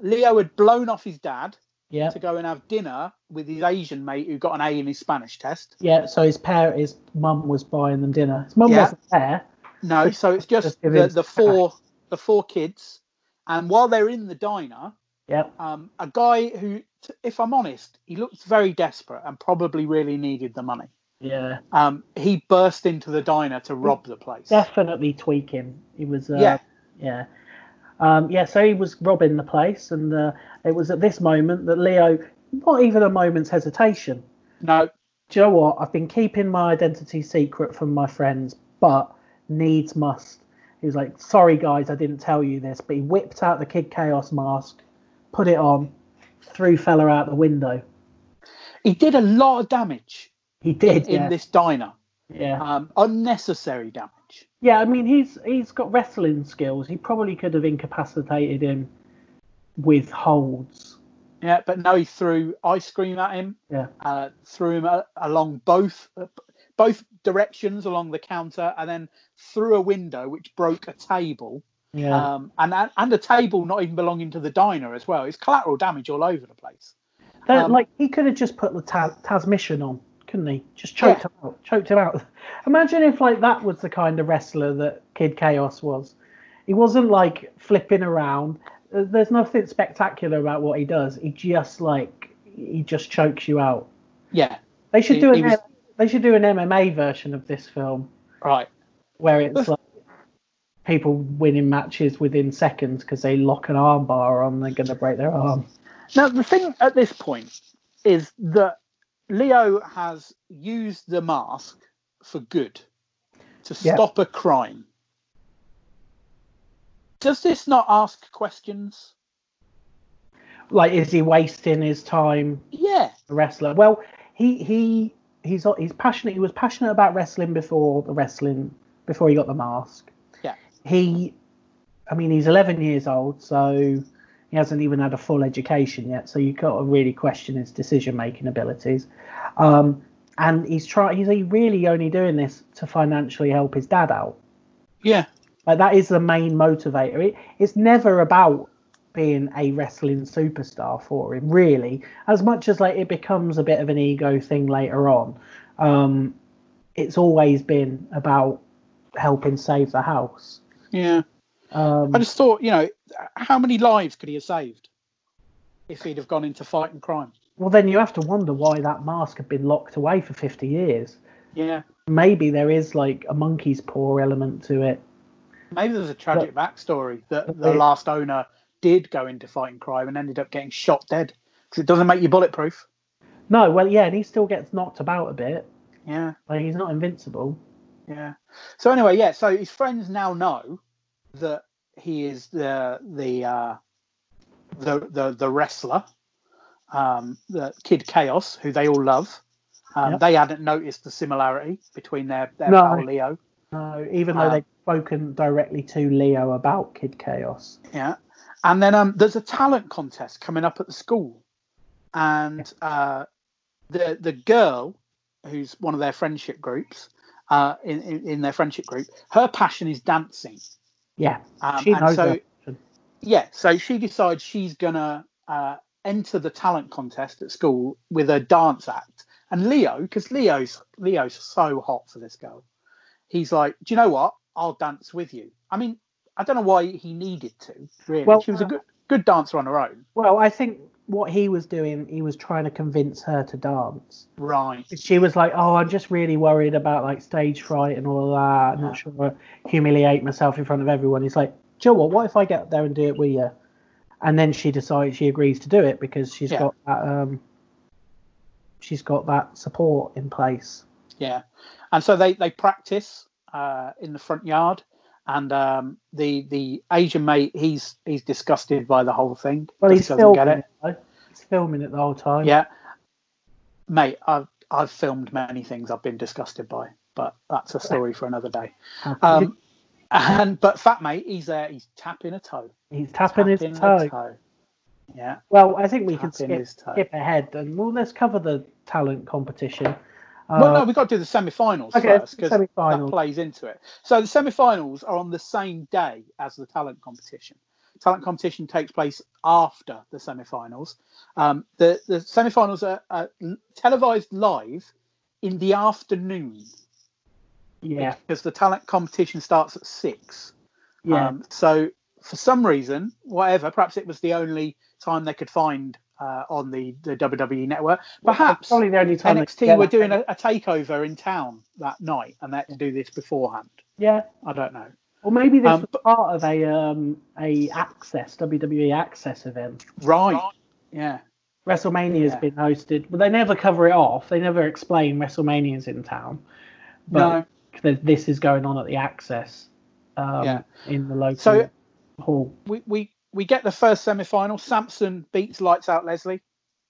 Leo had blown off his dad yeah, to go and have dinner with his Asian mate who got an A in his Spanish test. yeah. So his parent, his mum was buying them dinner. His mum Yeah. wasn't there. No, so it's just Just give the, him- the four the four kids, and while they're in the diner, Yep. um, a guy who, t- if I'm honest, he looked very desperate and probably really needed the money. Yeah. Um, he burst into the diner to rob the place. Definitely tweaking. He was. Uh, Yeah. Yeah. Um, yeah. So he was robbing the place, and uh, it was at this moment that Leo, not even a moment's hesitation. No, Do you know what? I've been keeping my identity secret from my friends, but needs must. He was like, "Sorry guys, I didn't tell you this," but he whipped out the Kid Chaos mask, put it on, threw fella out the window. he did a lot of damage He did. in yeah. this diner, yeah. um, unnecessary damage. Yeah, I mean he's he's got wrestling skills. He probably could have incapacitated him with holds. Yeah, but no, he threw ice cream at him. Yeah. Uh, threw him a- along both uh, both directions along the counter, and then through a window which broke a table. Yeah. Um, and and a table not even belonging to the diner as well. It's collateral damage all over the place. That- um, like he could have just put the ta- Tasmission on, couldn't he? Just choked Yeah. him out. Choked him out. Imagine if like that was the kind of wrestler that Kid Chaos was. He wasn't like flipping around. Uh, There's nothing spectacular about what he does. He just like he just chokes you out. Yeah. They should He- do an he was- M- they should do an MMA version of this film Right. where it's like people winning matches within seconds because they lock an arm bar on, they're going to break their arm. Now, the thing at this point is that Leo has used the mask for good to Yeah. stop a crime. Does this not ask questions? Like, is he wasting his time Yeah. a wrestler. Well, he he he's he's passionate. He was passionate about wrestling before the wrestling before he got the mask. Yeah. He, I mean, he's 11 years old, so he hasn't even had a full education yet. So you've got to really question his decision making abilities. Um, and he's trying. He's really only doing this to financially help his dad out. Yeah. Like that is the main motivator. It, it's never about being a wrestling superstar for him, really. As much as like it becomes a bit of an ego thing later on, um, it's always been about helping save the house. Yeah. Um, I just thought, you know, how many lives could he have saved if he'd have gone into fighting crime? well, then you have to wonder why that mask had been locked away for 50 years. Yeah. Maybe there is like a monkey's paw element to it. Maybe there's a tragic backstory that the Yeah. last owner did go into fighting crime and ended up getting shot dead because it doesn't make you bulletproof. No, well, yeah, and he still gets knocked about a bit. Yeah. Like he's not invincible. Yeah. So anyway, yeah. So his friends now know that he is the the uh, the, the the wrestler, um, the Kid Chaos, who they all love. Um, Yep. They hadn't noticed the similarity between their their No. pal Leo. No, even though Ah. they've spoken directly to Leo about Kid Chaos. Yeah. And then um, there's a talent contest coming up at the school, and uh, the the girl who's one of their friendship groups. Uh, in, in, in their friendship group, her passion is dancing. Yeah, Um, she and knows so that. yeah so she decides she's gonna uh, enter the talent contest at school with a dance act and leo because leo's leo's so hot for this girl he's like do you know what i'll dance with you i mean i don't know why he needed to really Well, she was a uh, good good dancer on her own Well, I think what he was doing, he was trying to convince her to dance. right She was like, "Oh, I'm just really worried about like stage fright and all that. I'm Yeah. not sure I humiliate myself in front of everyone." He's like, "Joe, what? What if I get up there and do it with you?" And then she decides she agrees to do it because she's Yeah. got that um, she's got that support in place. yeah and so they they practice uh, in the front yard and um, the the asian mate he's he's disgusted by the whole thing Well, Just he's doesn't filming get it it. though. He's filming it the whole time. Yeah, mate, I've I've filmed many things I've been disgusted by, but that's a story for another day. Um, and but fat mate, he's there, he's tapping a toe, he's tapping, Tapping his a toe. Yeah, Well, I think we can Tapping skip, his toe. skip ahead and well, let's cover the talent competition. Uh, well, no, we've got to do the semi-finals okay, first because that semi-finals. plays into it. So the semi-finals are on the same day as the talent competition. Talent competition takes place after the semi-finals. Um, the the semi-finals are, are televised live in the afternoon. yeah, because the talent competition starts at six. yeah. Um, so for some reason, whatever, perhaps it was the only time they could find uh, on the, the WWE network. Perhaps probably the only time they could NXT get were that. doing a, a takeover in town that night and they had to do this beforehand. yeah, I don't know. or maybe this Um, was part of a um a access WWE access event. Right. Yeah. WrestleMania has Yeah. been hosted, but they never cover it off. They never explain WrestleMania's in town, but th- this is going on at the access um, Yeah. in the local So- hall. we, we, we get the first semi final. Samson beats Lights Out Leslie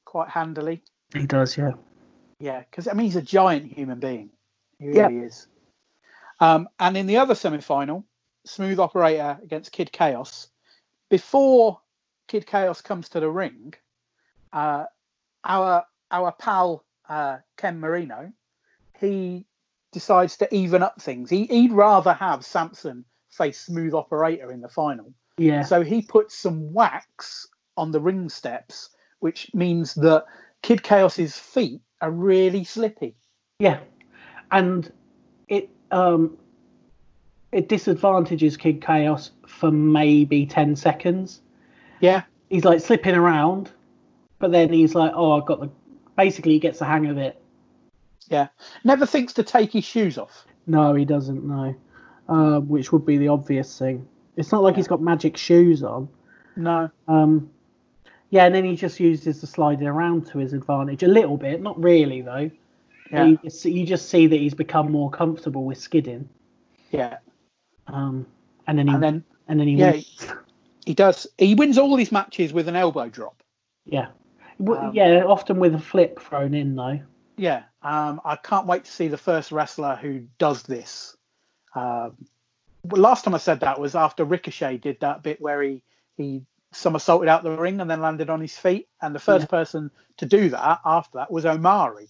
quite handily. He does, yeah. Yeah, because I mean he's a giant human being. He Yeah. really is. Um, and in the other semi-final, Smooth Operator against Kid Chaos. Before Kid Chaos comes to the ring, uh, our our pal uh, Ken Marino, he decides to even up things. He, he'd rather have Samson face Smooth Operator in the final. Yeah. So he puts some wax on the ring steps, which means that Kid Chaos's feet are really slippy. Yeah, and it um it disadvantages Kid Chaos for maybe ten seconds. Yeah, He's like slipping around, but then he's like, "Oh, I've got the." Basically, he gets the hang of it. yeah. Never thinks to take his shoes off. No, he doesn't. No. uh, which would be the obvious thing. It's not like he's got magic shoes on. No. Um, yeah, and then he just uses the sliding around to his advantage a little bit, not really though. Yeah. You, just, you just see that he's become more comfortable with skidding, yeah. um, and then he And then and then he yeah, wins. he does. He wins all these matches with an elbow drop. yeah. W- Um, yeah, often with a flip thrown in though. Yeah. Um, I can't wait to see the first wrestler who does this. Um, well, last time I said that was after Ricochet did that bit where he he somersaulted out the ring and then landed on his feet. And the first Yeah. person to do that after that was Omari.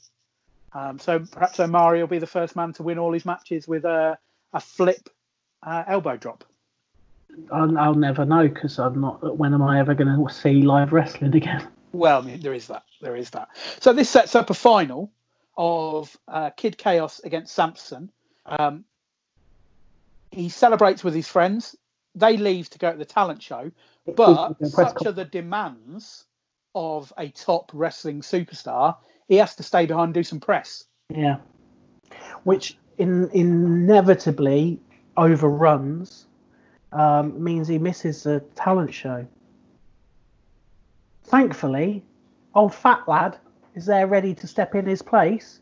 Um, so perhaps Omari will be the first man to win all his matches with a a flip uh, elbow drop. I'll, I'll never know because I'm not. When am I ever going to see live wrestling again? Well, I mean, there is that. There is that. So this sets up a final of uh, Kid Chaos against Samson. Um, he celebrates with his friends. They leave to go to the talent show, but Press such con- are the demands of a top wrestling superstar, he has to stay behind and do some press. Yeah, which in, inevitably overruns um, means he misses the talent show. Thankfully, old fat lad is there ready to step in his place,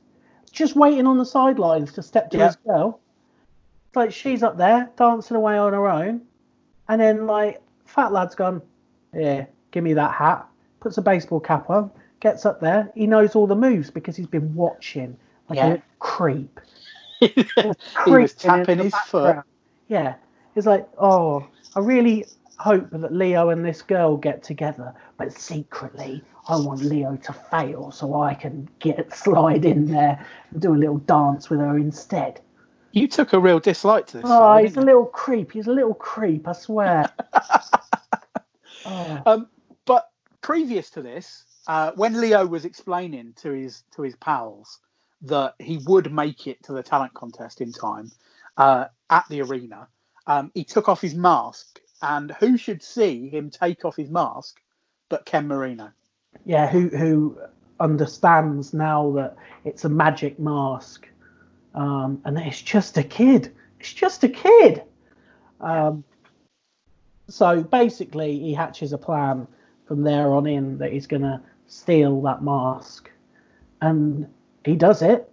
just waiting on the sidelines to step to Yeah. his girl. It's like she's up there dancing away on her own, and then like fat lad's gone. Yeah, give me that hat. Puts a baseball cap on, gets up there. He knows all the moves because he's been watching like Yeah. a creep. he was tapping his foot. Yeah, it's like, oh, I really hope that Leo and this girl get together, but secretly, I want Leo to fail so I can get slide in there and do a little dance with her instead. You took a real dislike to this. Oh, fella, he's a didn't little creep. He's a little creep. I swear. oh, but previous to this, uh, when Leo was explaining to his to his pals that he would make it to the talent contest in time uh, at the arena, um, he took off his mask, and who should see him take off his mask but Ken Marino? yeah. Who who understands now that it's a magic mask, um, and that it's just a kid. It's just a kid. Um, so basically, he hatches a plan from there on in that he's going to steal that mask, and he does it,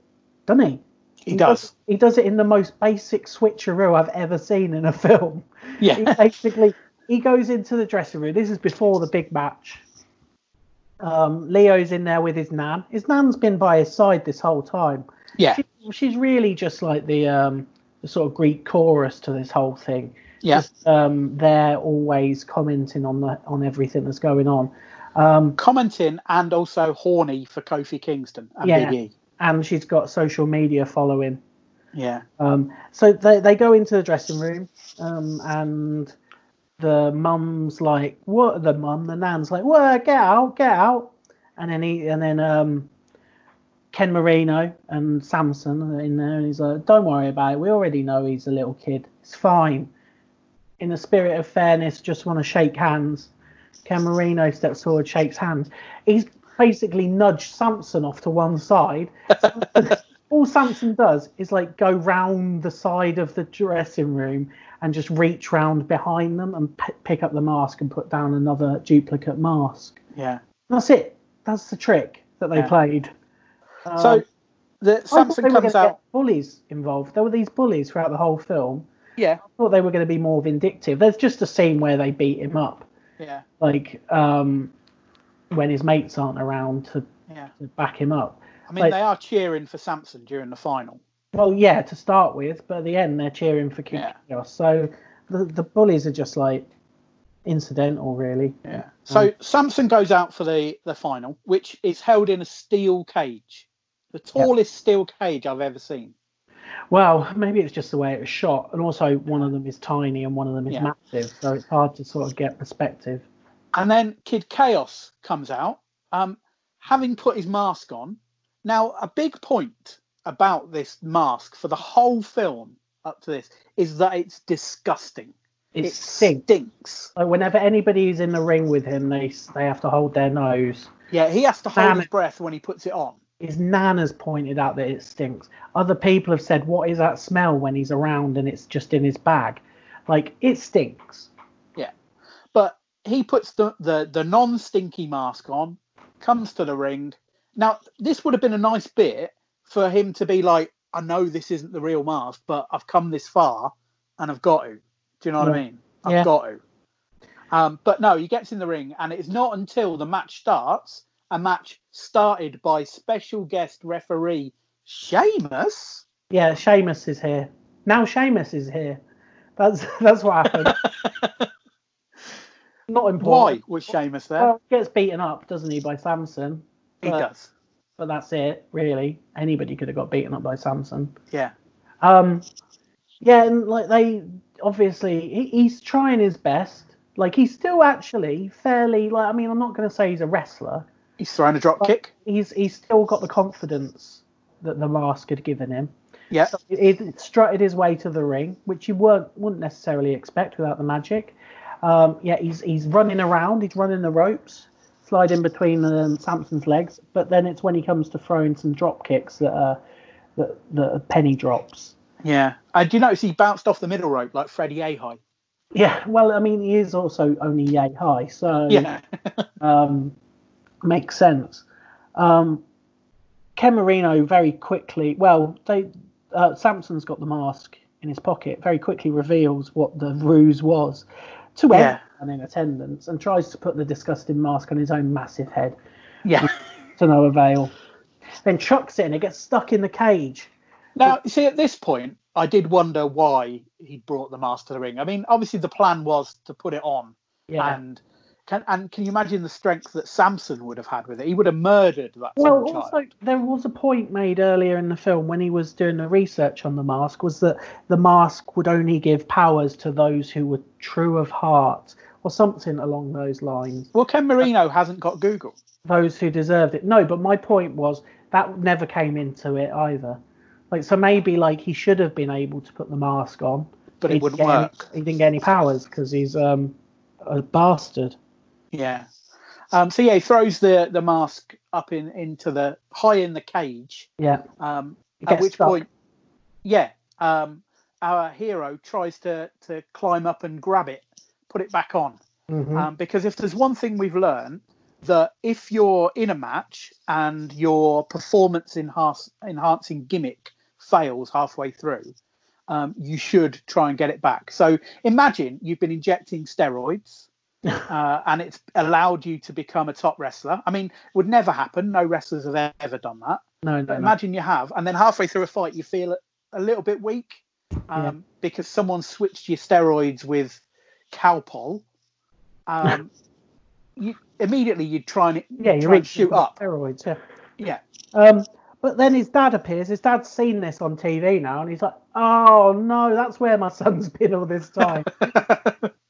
doesn't he? He does. He does it in the most basic switcheroo I've ever seen in a film. He Yeah, basically he goes into the dressing room. This is before the big match. Um, Leo's in there with his nan. His nan's been by his side this whole time. yeah, She- she's really just like the um, the sort of Greek chorus to this whole thing. yeah. Just, um, they're always commenting on the on everything that's going on. Um, Commenting and also horny for Kofi Kingston and Yeah. Big E. and she's got social media following. Yeah, Um, so they, they go into the dressing room, um, and the mum's like, "What?" The mum, the nan's like, "What? Get out! Get out!" And then he, and then um, Ken Marino and Samson are in there, and he's like, "Don't worry about it. We already know he's a little kid. It's fine." In the spirit of fairness, just want to shake hands. Ken Marino steps forward, shakes hands. He's basically nudged Samson off to one side. All Samson does is like go round the side of the dressing room and just reach round behind them and p- pick up the mask and put down another duplicate mask. yeah. That's it. That's the trick that they Yeah. played. Um, So I the thought they Samson were comes gonna out. get bullies involved. There were these bullies throughout the whole film. Yeah, I thought they were going to be more vindictive. There's just a scene where they beat him up, yeah, like um, when his mates aren't around to, yeah. to back him up. I mean, Like- they are cheering for Samson during the final. Well, yeah, to start with, but at the end they're cheering for King Yeah. Chaos. So the the bullies are just like incidental, really. Yeah. So Mm. Samson goes out for the the final, which is held in a steel cage, the tallest steel cage I've ever seen. Well, maybe it's just the way it was shot, and also one of them is tiny and one of them is Yeah. massive, so it's hard to sort of get perspective. And then Kid Chaos comes out, um, having put his mask on. Now, a big point about this mask for the whole film up to this is that it's disgusting. It, it stinks. stinks. Like whenever anybody's in the ring with him, they they have to hold their nose. Yeah, he has to hold Damn his it. breath when he puts it on. His nan has pointed out that it stinks. Other people have said, "What is that smell?" When he's around and it's just in his bag, like it stinks. But he puts the, the, the non stinky mask on, comes to the ring. Now, this would have been a nice bit for him to be like, I know this isn't the real mask, but I've come this far and I've got to. Do you know what I Yeah. mean? I've Yeah. got to. Um, but no, he gets in the ring, and it's not until the match starts, a match started by special guest referee Sheamus. Yeah, Seamus is here now. Seamus is here. That's that's what happened. Not Why important. was Sheamus there? Well, he gets beaten up, doesn't he, by Samson? he uh, does. But that's it, really. Anybody could have got beaten up by Samson. Yeah. Um, yeah, and like they obviously he, he's trying his best. Like he's still actually fairly like I mean I'm not going to say he's a wrestler. He's throwing a drop kick. He's he's still got the confidence that the mask had given him. Yeah. He he strutted his way to the ring, which you weren't wouldn't necessarily expect without the magic. Um, yeah, he's he's running around, he's running the ropes, sliding between um, Samson's legs. But then it's when he comes to throwing some drop kicks that uh, that that Penny drops. Yeah. And do you notice he bounced off the middle rope like Freddie Ahai? Yeah, well, I mean, he is also only yay high, so Yeah. um, makes sense. Um, Camerino very quickly, well, they uh, Samson's got the mask in his pocket, very quickly reveals what the ruse was to Yeah. everyone in attendance and tries to put the disgusting mask on his own massive head yeah. to no avail. Then chucks it and it gets stuck in the cage. Now, you see, at this point, I did wonder why he brought the mask to the ring. I mean, obviously, the plan was to put it on, Yeah. and can and can you imagine the strength that Samson would have had with it? He would have murdered that Well, small child. also there was a point made earlier in the film when he was doing the research on the mask was that the mask would only give powers to those who were true of heart or something along those lines. Well, Ken Marino hasn't got Google. Those who deserved it. No, but my point was that never came into it either. Like so, maybe like he should have been able to put the mask on, But it he didn't wouldn't get any- work. he didn't get any powers because he's um a bastard. Yeah. Um, so yeah, he throws the, the mask up in into the high in the cage. Yeah, Um, It at gets which stuck. point, yeah, um, our hero tries to to climb up and grab it, put it back on. Mhm. Um, because if there's one thing we've learned, that if you're in a match and your performance enhance, enhancing gimmick fails halfway through, um, you should try and get it back. So imagine you've been injecting steroids uh, and it's allowed you to become a top wrestler. I mean, it would never happen. No wrestlers have ever done that. no, But no, no. imagine you have, and then halfway through a fight, you feel a little bit weak um, Yeah. because someone switched your steroids with Calpol. Um, you, immediately, you'd try and yeah, try you're and shoot up. steroids. Yeah. Yeah, Um, but then his dad appears. His dad's seen this on TV now, and he's like, "Oh no, that's where my son's been all this time."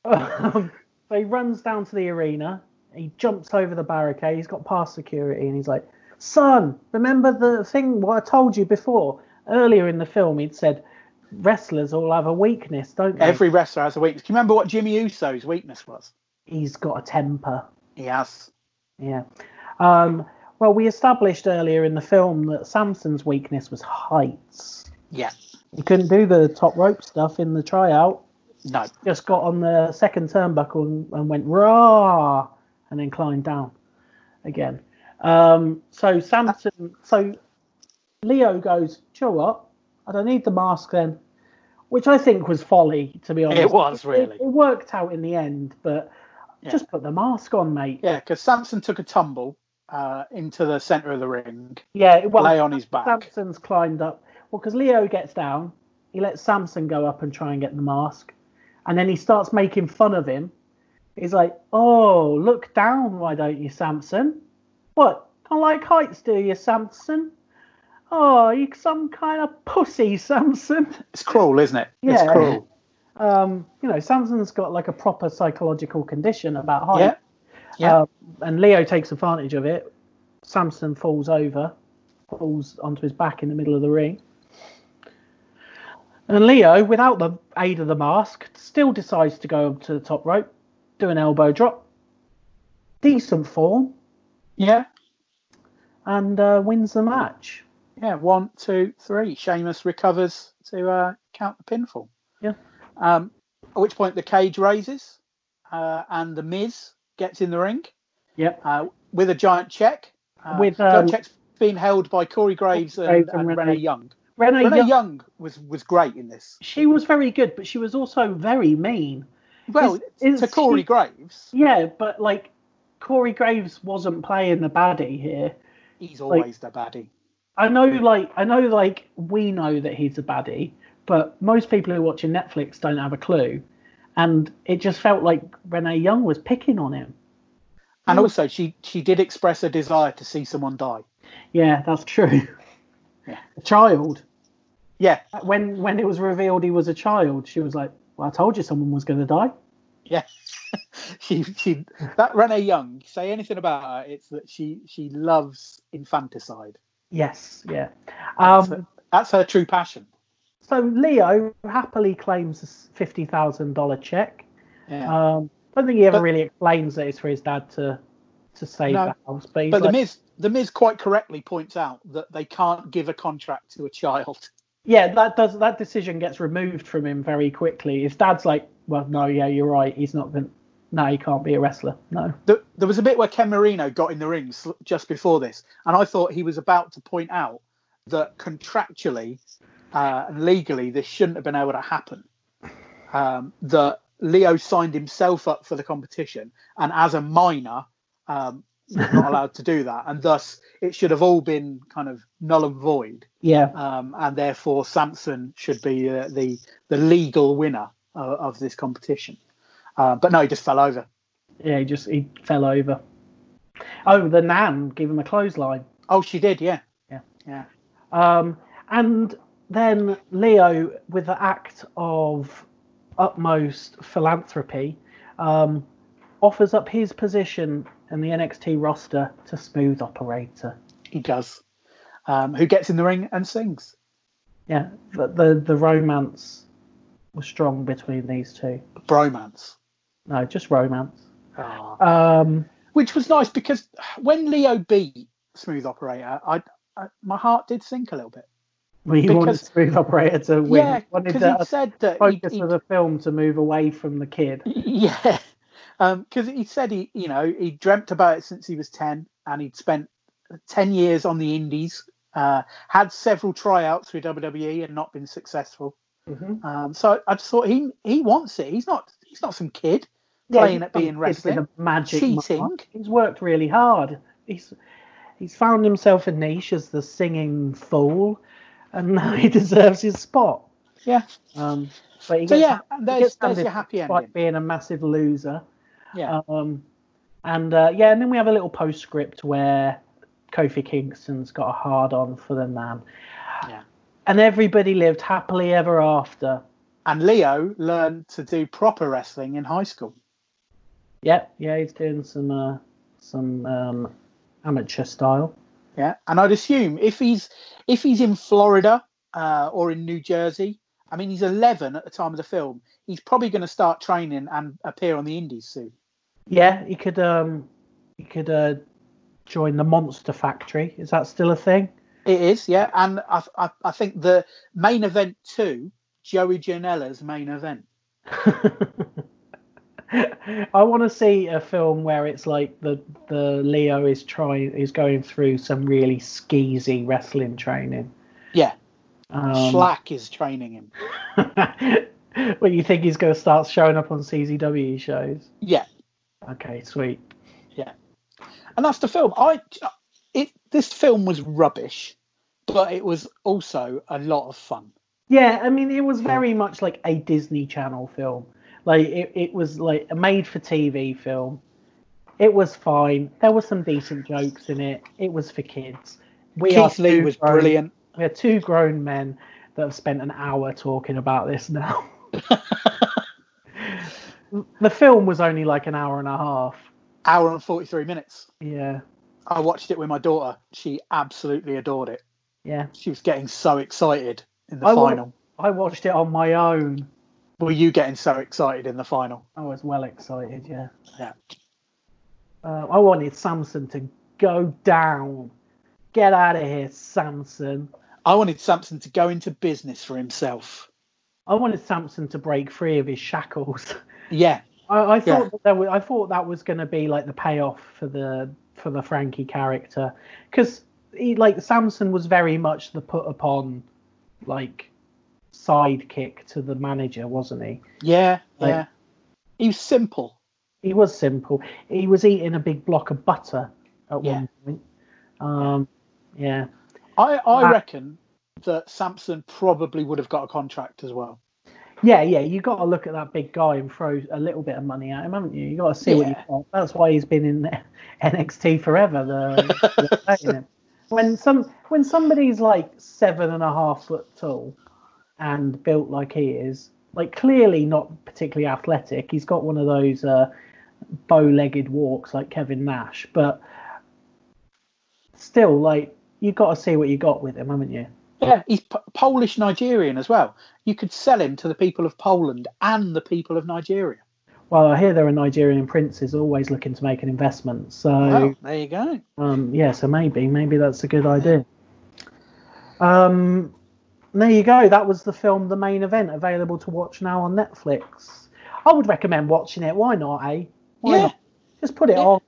um, so he runs down to the arena. He jumps over the barricade. He's got past security, and he's like, "Son, remember the thing what I told you before earlier in the film? He'd said wrestlers all have a weakness, don't they? every wrestler has a weakness. Do you remember what Jimmy Uso's weakness was? he's got a temper." He has. Yeah. Um, well, we established earlier in the film that Samson's weakness was heights. Yeah, He couldn't do the top rope stuff in the tryout. no. Just got on the second turnbuckle and, and went raw, and then climbed down again. Um, so Samson, so Leo goes, "Chill what? I don't need the mask then," which I think was folly, to be honest. was, It- really. It, worked out in the end, but just put the mask on, mate. Yeah, because Samson took a tumble uh, into the centre of the ring, Yeah, it- well, lay on his back. Samson's climbed up. Well, because Leo gets down, he lets Samson go up and try and get the mask, and then he starts making fun of him. He's like, "Oh, look down, why don't you, Samson? What? Don't like heights, do you, Samson? Oh, you some kind of pussy, Samson." It's cruel, isn't it? It's Yeah. cruel. Um, you know, Samson's got like a proper psychological condition about height, Yeah. Yeah. Um, and Leo takes advantage of it. Samson falls over, falls onto his back in the middle of the ring. And Leo, without the aid of the mask, still decides to go up to the top rope, do an elbow drop. Decent form. yeah. and uh, wins the match. Yeah, one, two, three. Sheamus recovers to uh, count the pinfall. Yeah. Um, at which point the cage raises, uh, and the Miz gets in the ring Yep. uh, with a giant check. Uh, With, um, giant check's being held by Corey Graves and, Graves and, and Renee, Renee. Young. Renee, Renee Young, Young was was great in this. she was very good, but she was also very mean. Well, is to Corey he- Graves, Yeah, but like Corey Graves wasn't playing the baddie here. he's always the baddie. I know, like I know, like we know that he's a baddie, but most people who are watching Netflix don't have a clue. And it just felt like Renee Young was picking on him. And also, she she did express a desire to see someone die. Yeah, that's true. Yeah. A child. Yeah, When when it was revealed he was a child, she was like, "Well, I told you someone was going to die." yeah. she she that Renee Young. Say anything about her, it's that she she loves infanticide. Yes. Yeah. Um, That's, her, that's her true passion. so Leo happily claims this fifty thousand dollar check. Yeah. Um, I don't think he ever But- really explains that it's for his dad to to save No. the house, but, he's but like, the Miz the Miz quite correctly points out that they can't give a contract to a child. yeah, that does that decision gets removed from him very quickly. His dad's like, well, no, yeah, you're right. He's not going. to No, he can't be a wrestler. No. The, there was a bit where Ken Marino got in the ring sl- just before this, and I thought he was about to point out that contractually uh, and legally this shouldn't have been able to happen. Um, that Leo signed himself up for the competition, and as a minor, um, you're not allowed to do that, and thus it should have all been kind of null and void, Yeah. um, and therefore Samson should be uh, the the legal winner uh, of this competition. Uh, but no, he just fell over. Yeah. He just he fell over. Oh, the nan gave him a clothesline. Oh, she did, yeah. Yeah. Yeah. Um, and then Leo, with the act of utmost philanthropy, um, offers up his position in the NXT roster to Smooth Operator. He does. Um, who gets in the ring and sings. Yeah, the, the the romance was strong between these two. Bromance. No, just romance. Ah. Um, Which was nice because when Leo beat Smooth Operator, I, I my heart did sink a little bit. we wanted Because- Smooth Operator to win. Yeah, wanted because the he said that he, focus he, of the film to move away from the kid. yeah, because he said he you know he dreamt about it since he was ten, and he'd spent ten years on the Indies, uh, had several tryouts with WWE and not been successful. Mhm. Um, so I just thought he he wants it. He's not he's not some kid. Yeah, Playing he's at being done this wrestling, with a magic cheating. mark. He's worked really hard. He's he's found himself a niche as the singing fool, and now he deserves his spot. Yeah. Um, but he So gets- yeah, he there's- gets there's handed your happy despite ending. being a massive loser. Yeah. Um, and uh, yeah, and then we have a little postscript where Kofi Kingston's got a hard on for the man. Yeah. And everybody lived happily ever after. And Leo learned to do proper wrestling in high school. Yep, yeah, he's doing some uh, some um, amateur style. Yeah. And I'd assume if he's if he's in Florida uh, or in New Jersey, I mean he's 11 at the time of the film. He's probably going to start training and appear on the Indies soon. Yeah, he could um, he could uh, join the Monster Factory. Is that still a thing? It is, yeah. And I I, I think the main event too, Joey Janela's main event. I want to see a film where it's like the the Leo is trying is going through some really skeezy wrestling training. Yeah. Um, Slack is training him. what you think he's going to start showing up on CZW shows? Yeah. Okay, sweet. and that's the film. I it this film was rubbish, but it was also a lot of fun. Yeah, I mean, it was very much like a Disney Channel film. Like it, it was like a made-for-TV film. It was fine. There were some decent jokes in it. It was for kids. We Keith are Lee two was grown- brilliant. We are two grown men that have spent an hour talking about this now. the film was only like an hour and a half. Hour and forty three minutes. Yeah, I watched it with my daughter. She absolutely adored it. yeah. She was getting so excited in the I wa- final. I watched it on my own. Were you getting so excited in the final? I was well excited. Yeah. Yeah. Uh, I wanted Samson to go down. Get out of here, Samson. I wanted Samson to go into business for himself. I wanted Samson to break free of his shackles. Yeah, I, I thought that there was, I thought that was going to be like the payoff for the for the Frankie character because he like Samson was very much the put upon like sidekick to the manager, wasn't he? yeah, Like- yeah. He was simple. He was simple. He was eating a big block of butter at Yeah. one point. Um, yeah. I, I Ah. reckon that Samson probably would have got a contract as well. Yeah, yeah, you got to look at that big guy and throw a little bit of money at him, haven't you? You got to see what you Yeah. got. That's why he's been in NXT forever. The, the paying him. when some when somebody's like seven and a half foot tall and built like he is, like clearly not particularly athletic. He's got one of those uh, bow-legged walks like Kevin Nash, but still, like you got to see what you got with him, haven't you? Yeah, he's P- Polish Nigerian as well. You could sell him to the people of Poland and the people of Nigeria. Well, I hear there are Nigerian princes always looking to make an investment. So, Well, Oh, there you go. um, yeah, so maybe, maybe that's a good idea. Um, there you go. That was the film, The Main Event, available to watch now on Netflix. I would recommend watching it. Why not, eh? Why Yeah. not? Just put it Yeah. on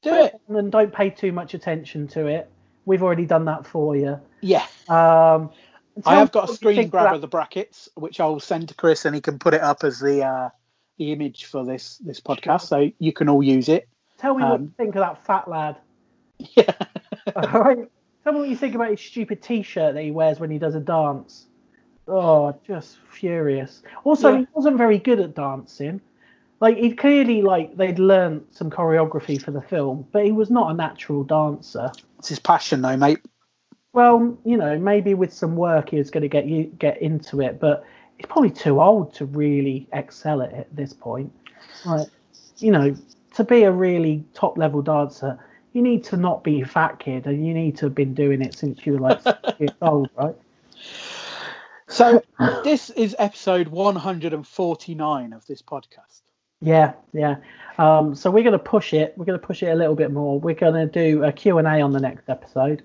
Do it. and don't pay too much attention to it. We've already done that for you. Yeah. Um, I tell have us got what a you screen think grab about- of the brackets, which I'll send to Chris, and he can put it up as the uh, the image for this this podcast, so you can all use it. Tell me what um, you think of that fat lad. Yeah. All right. Tell me what you think about his stupid T-shirt that he wears when he does a dance. Oh, just furious. Also, Yeah. he wasn't very good at dancing. Like he clearly like they'd learned some choreography for the film, but he was not a natural dancer. It's his passion, though, mate. Well, you know, maybe with some work he was going to get you get into it, but he's probably too old to really excel at it at this point. Like, you know, to be a really top level dancer, you need to not be a fat kid, and you need to have been doing it since you were like six years old, right? So this is episode 149 of this podcast. Yeah, yeah. Um, so we're going to push it. We're going to push it a little bit more. We're going to do a Q&A on the next episode.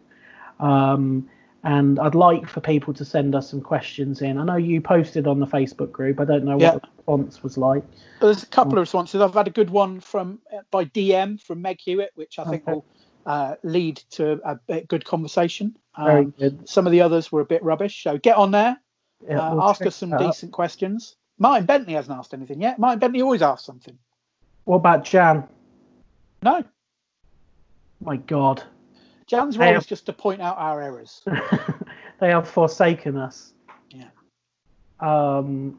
Um, and I'd like for people to send us some questions in. I know you posted on the Facebook group. I don't know Yeah. what the response was like. There's a couple of responses. I've had a good one from uh, by DM from Meg Hewitt, which I think Okay. will uh, lead to a, a good conversation. Very Um, good. some of the others were a bit rubbish, so get on there. Yeah, uh, we'll ask check us some that out. decent questions. Martin Bentley hasn't asked anything yet. Martin Bentley always asks something. What about Jan? No, My God, Jan's role Yeah. is just to point out our errors. they have forsaken us. Yeah. Um,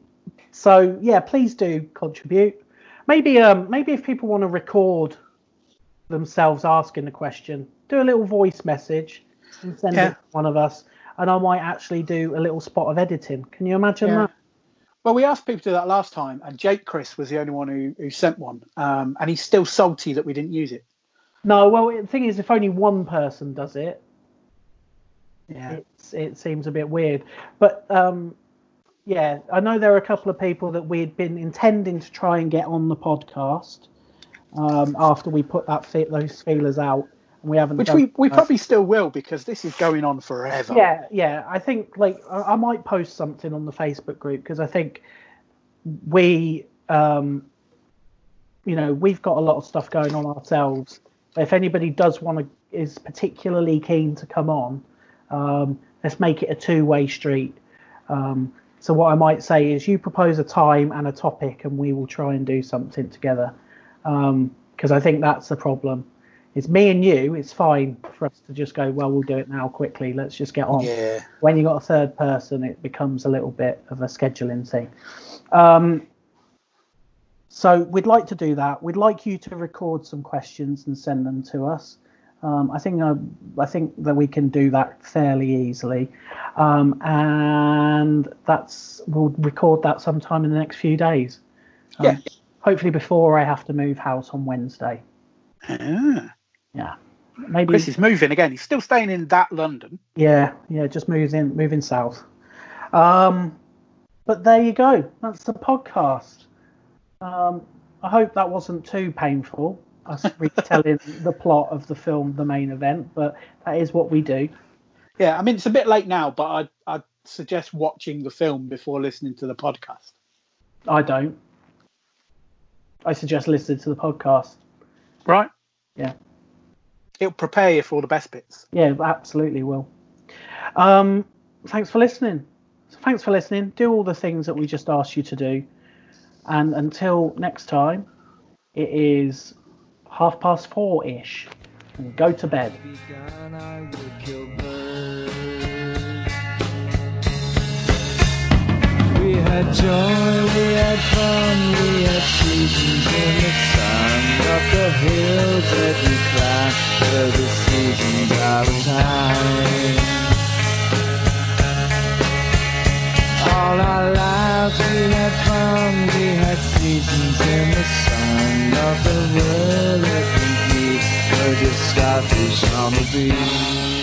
so yeah, please do contribute. Maybe um, maybe if people want to record themselves asking the question, do a little voice message and send Yeah. it to one of us, and I might actually do a little spot of editing. Can you imagine Yeah. that? Well, we asked people to do that last time, and Jake Chris was the only one who, who sent one, um, and he's still salty that we didn't use it. No, well the thing is, if only one person does it, Yeah. it's, it seems a bit weird. But um, yeah, I know there are a couple of people that we had been intending to try and get on the podcast um, after we put that fe- those feelers out, and we haven't. Which done we, we that. probably still will because this is going on forever. Uh, Yeah, yeah. I think like I, I might post something on the Facebook group because I think we, um, you know, we've got a lot of stuff going on ourselves. If anybody does want to, is particularly keen to come on, um, let's make it a two-way street. Um, so what I might say is, you propose a time and a topic, and we will try and do something together. Because I think that's the problem. It's me and you. It's fine for us to just go. Well, we'll do it now quickly. Let's just get on Yeah. when you got a third person, it becomes a little bit of a scheduling thing. Um, so we'd like to do that. We'd like you to record some questions and send them to us. Um, I think I, I think that we can do that fairly easily, um, and that's we'll record that sometime in the next few days. Um, Yeah. Hopefully before I have to move house on Wednesday. Um, Ah. Yeah. Maybe Chris is moving again. He's still staying in that London. Yeah, yeah, just moving moving south. Um, but there you go. That's the podcast. Um, I hope that wasn't too painful. us retelling the plot of the film, the main event, but that is what we do. Yeah, I mean it's a bit late now, but I'd, I'd suggest watching the film before listening to the podcast. I don't. I suggest listening to the podcast. Right? Yeah. It'll prepare you for all the best bits. Yeah, absolutely will. Um, thanks for listening. So thanks for listening. Do all the things that we just asked you to do. And until next time, it is half past four ish. And go to bed. begun, I would kill birds. We had joy, we had fun, we had seasons in the sun. Up the hills that we climbed, were the seasons out of time. All our lives we had fun, we had seasons in the sun. Of the world that we meet, were just starfish on the beach.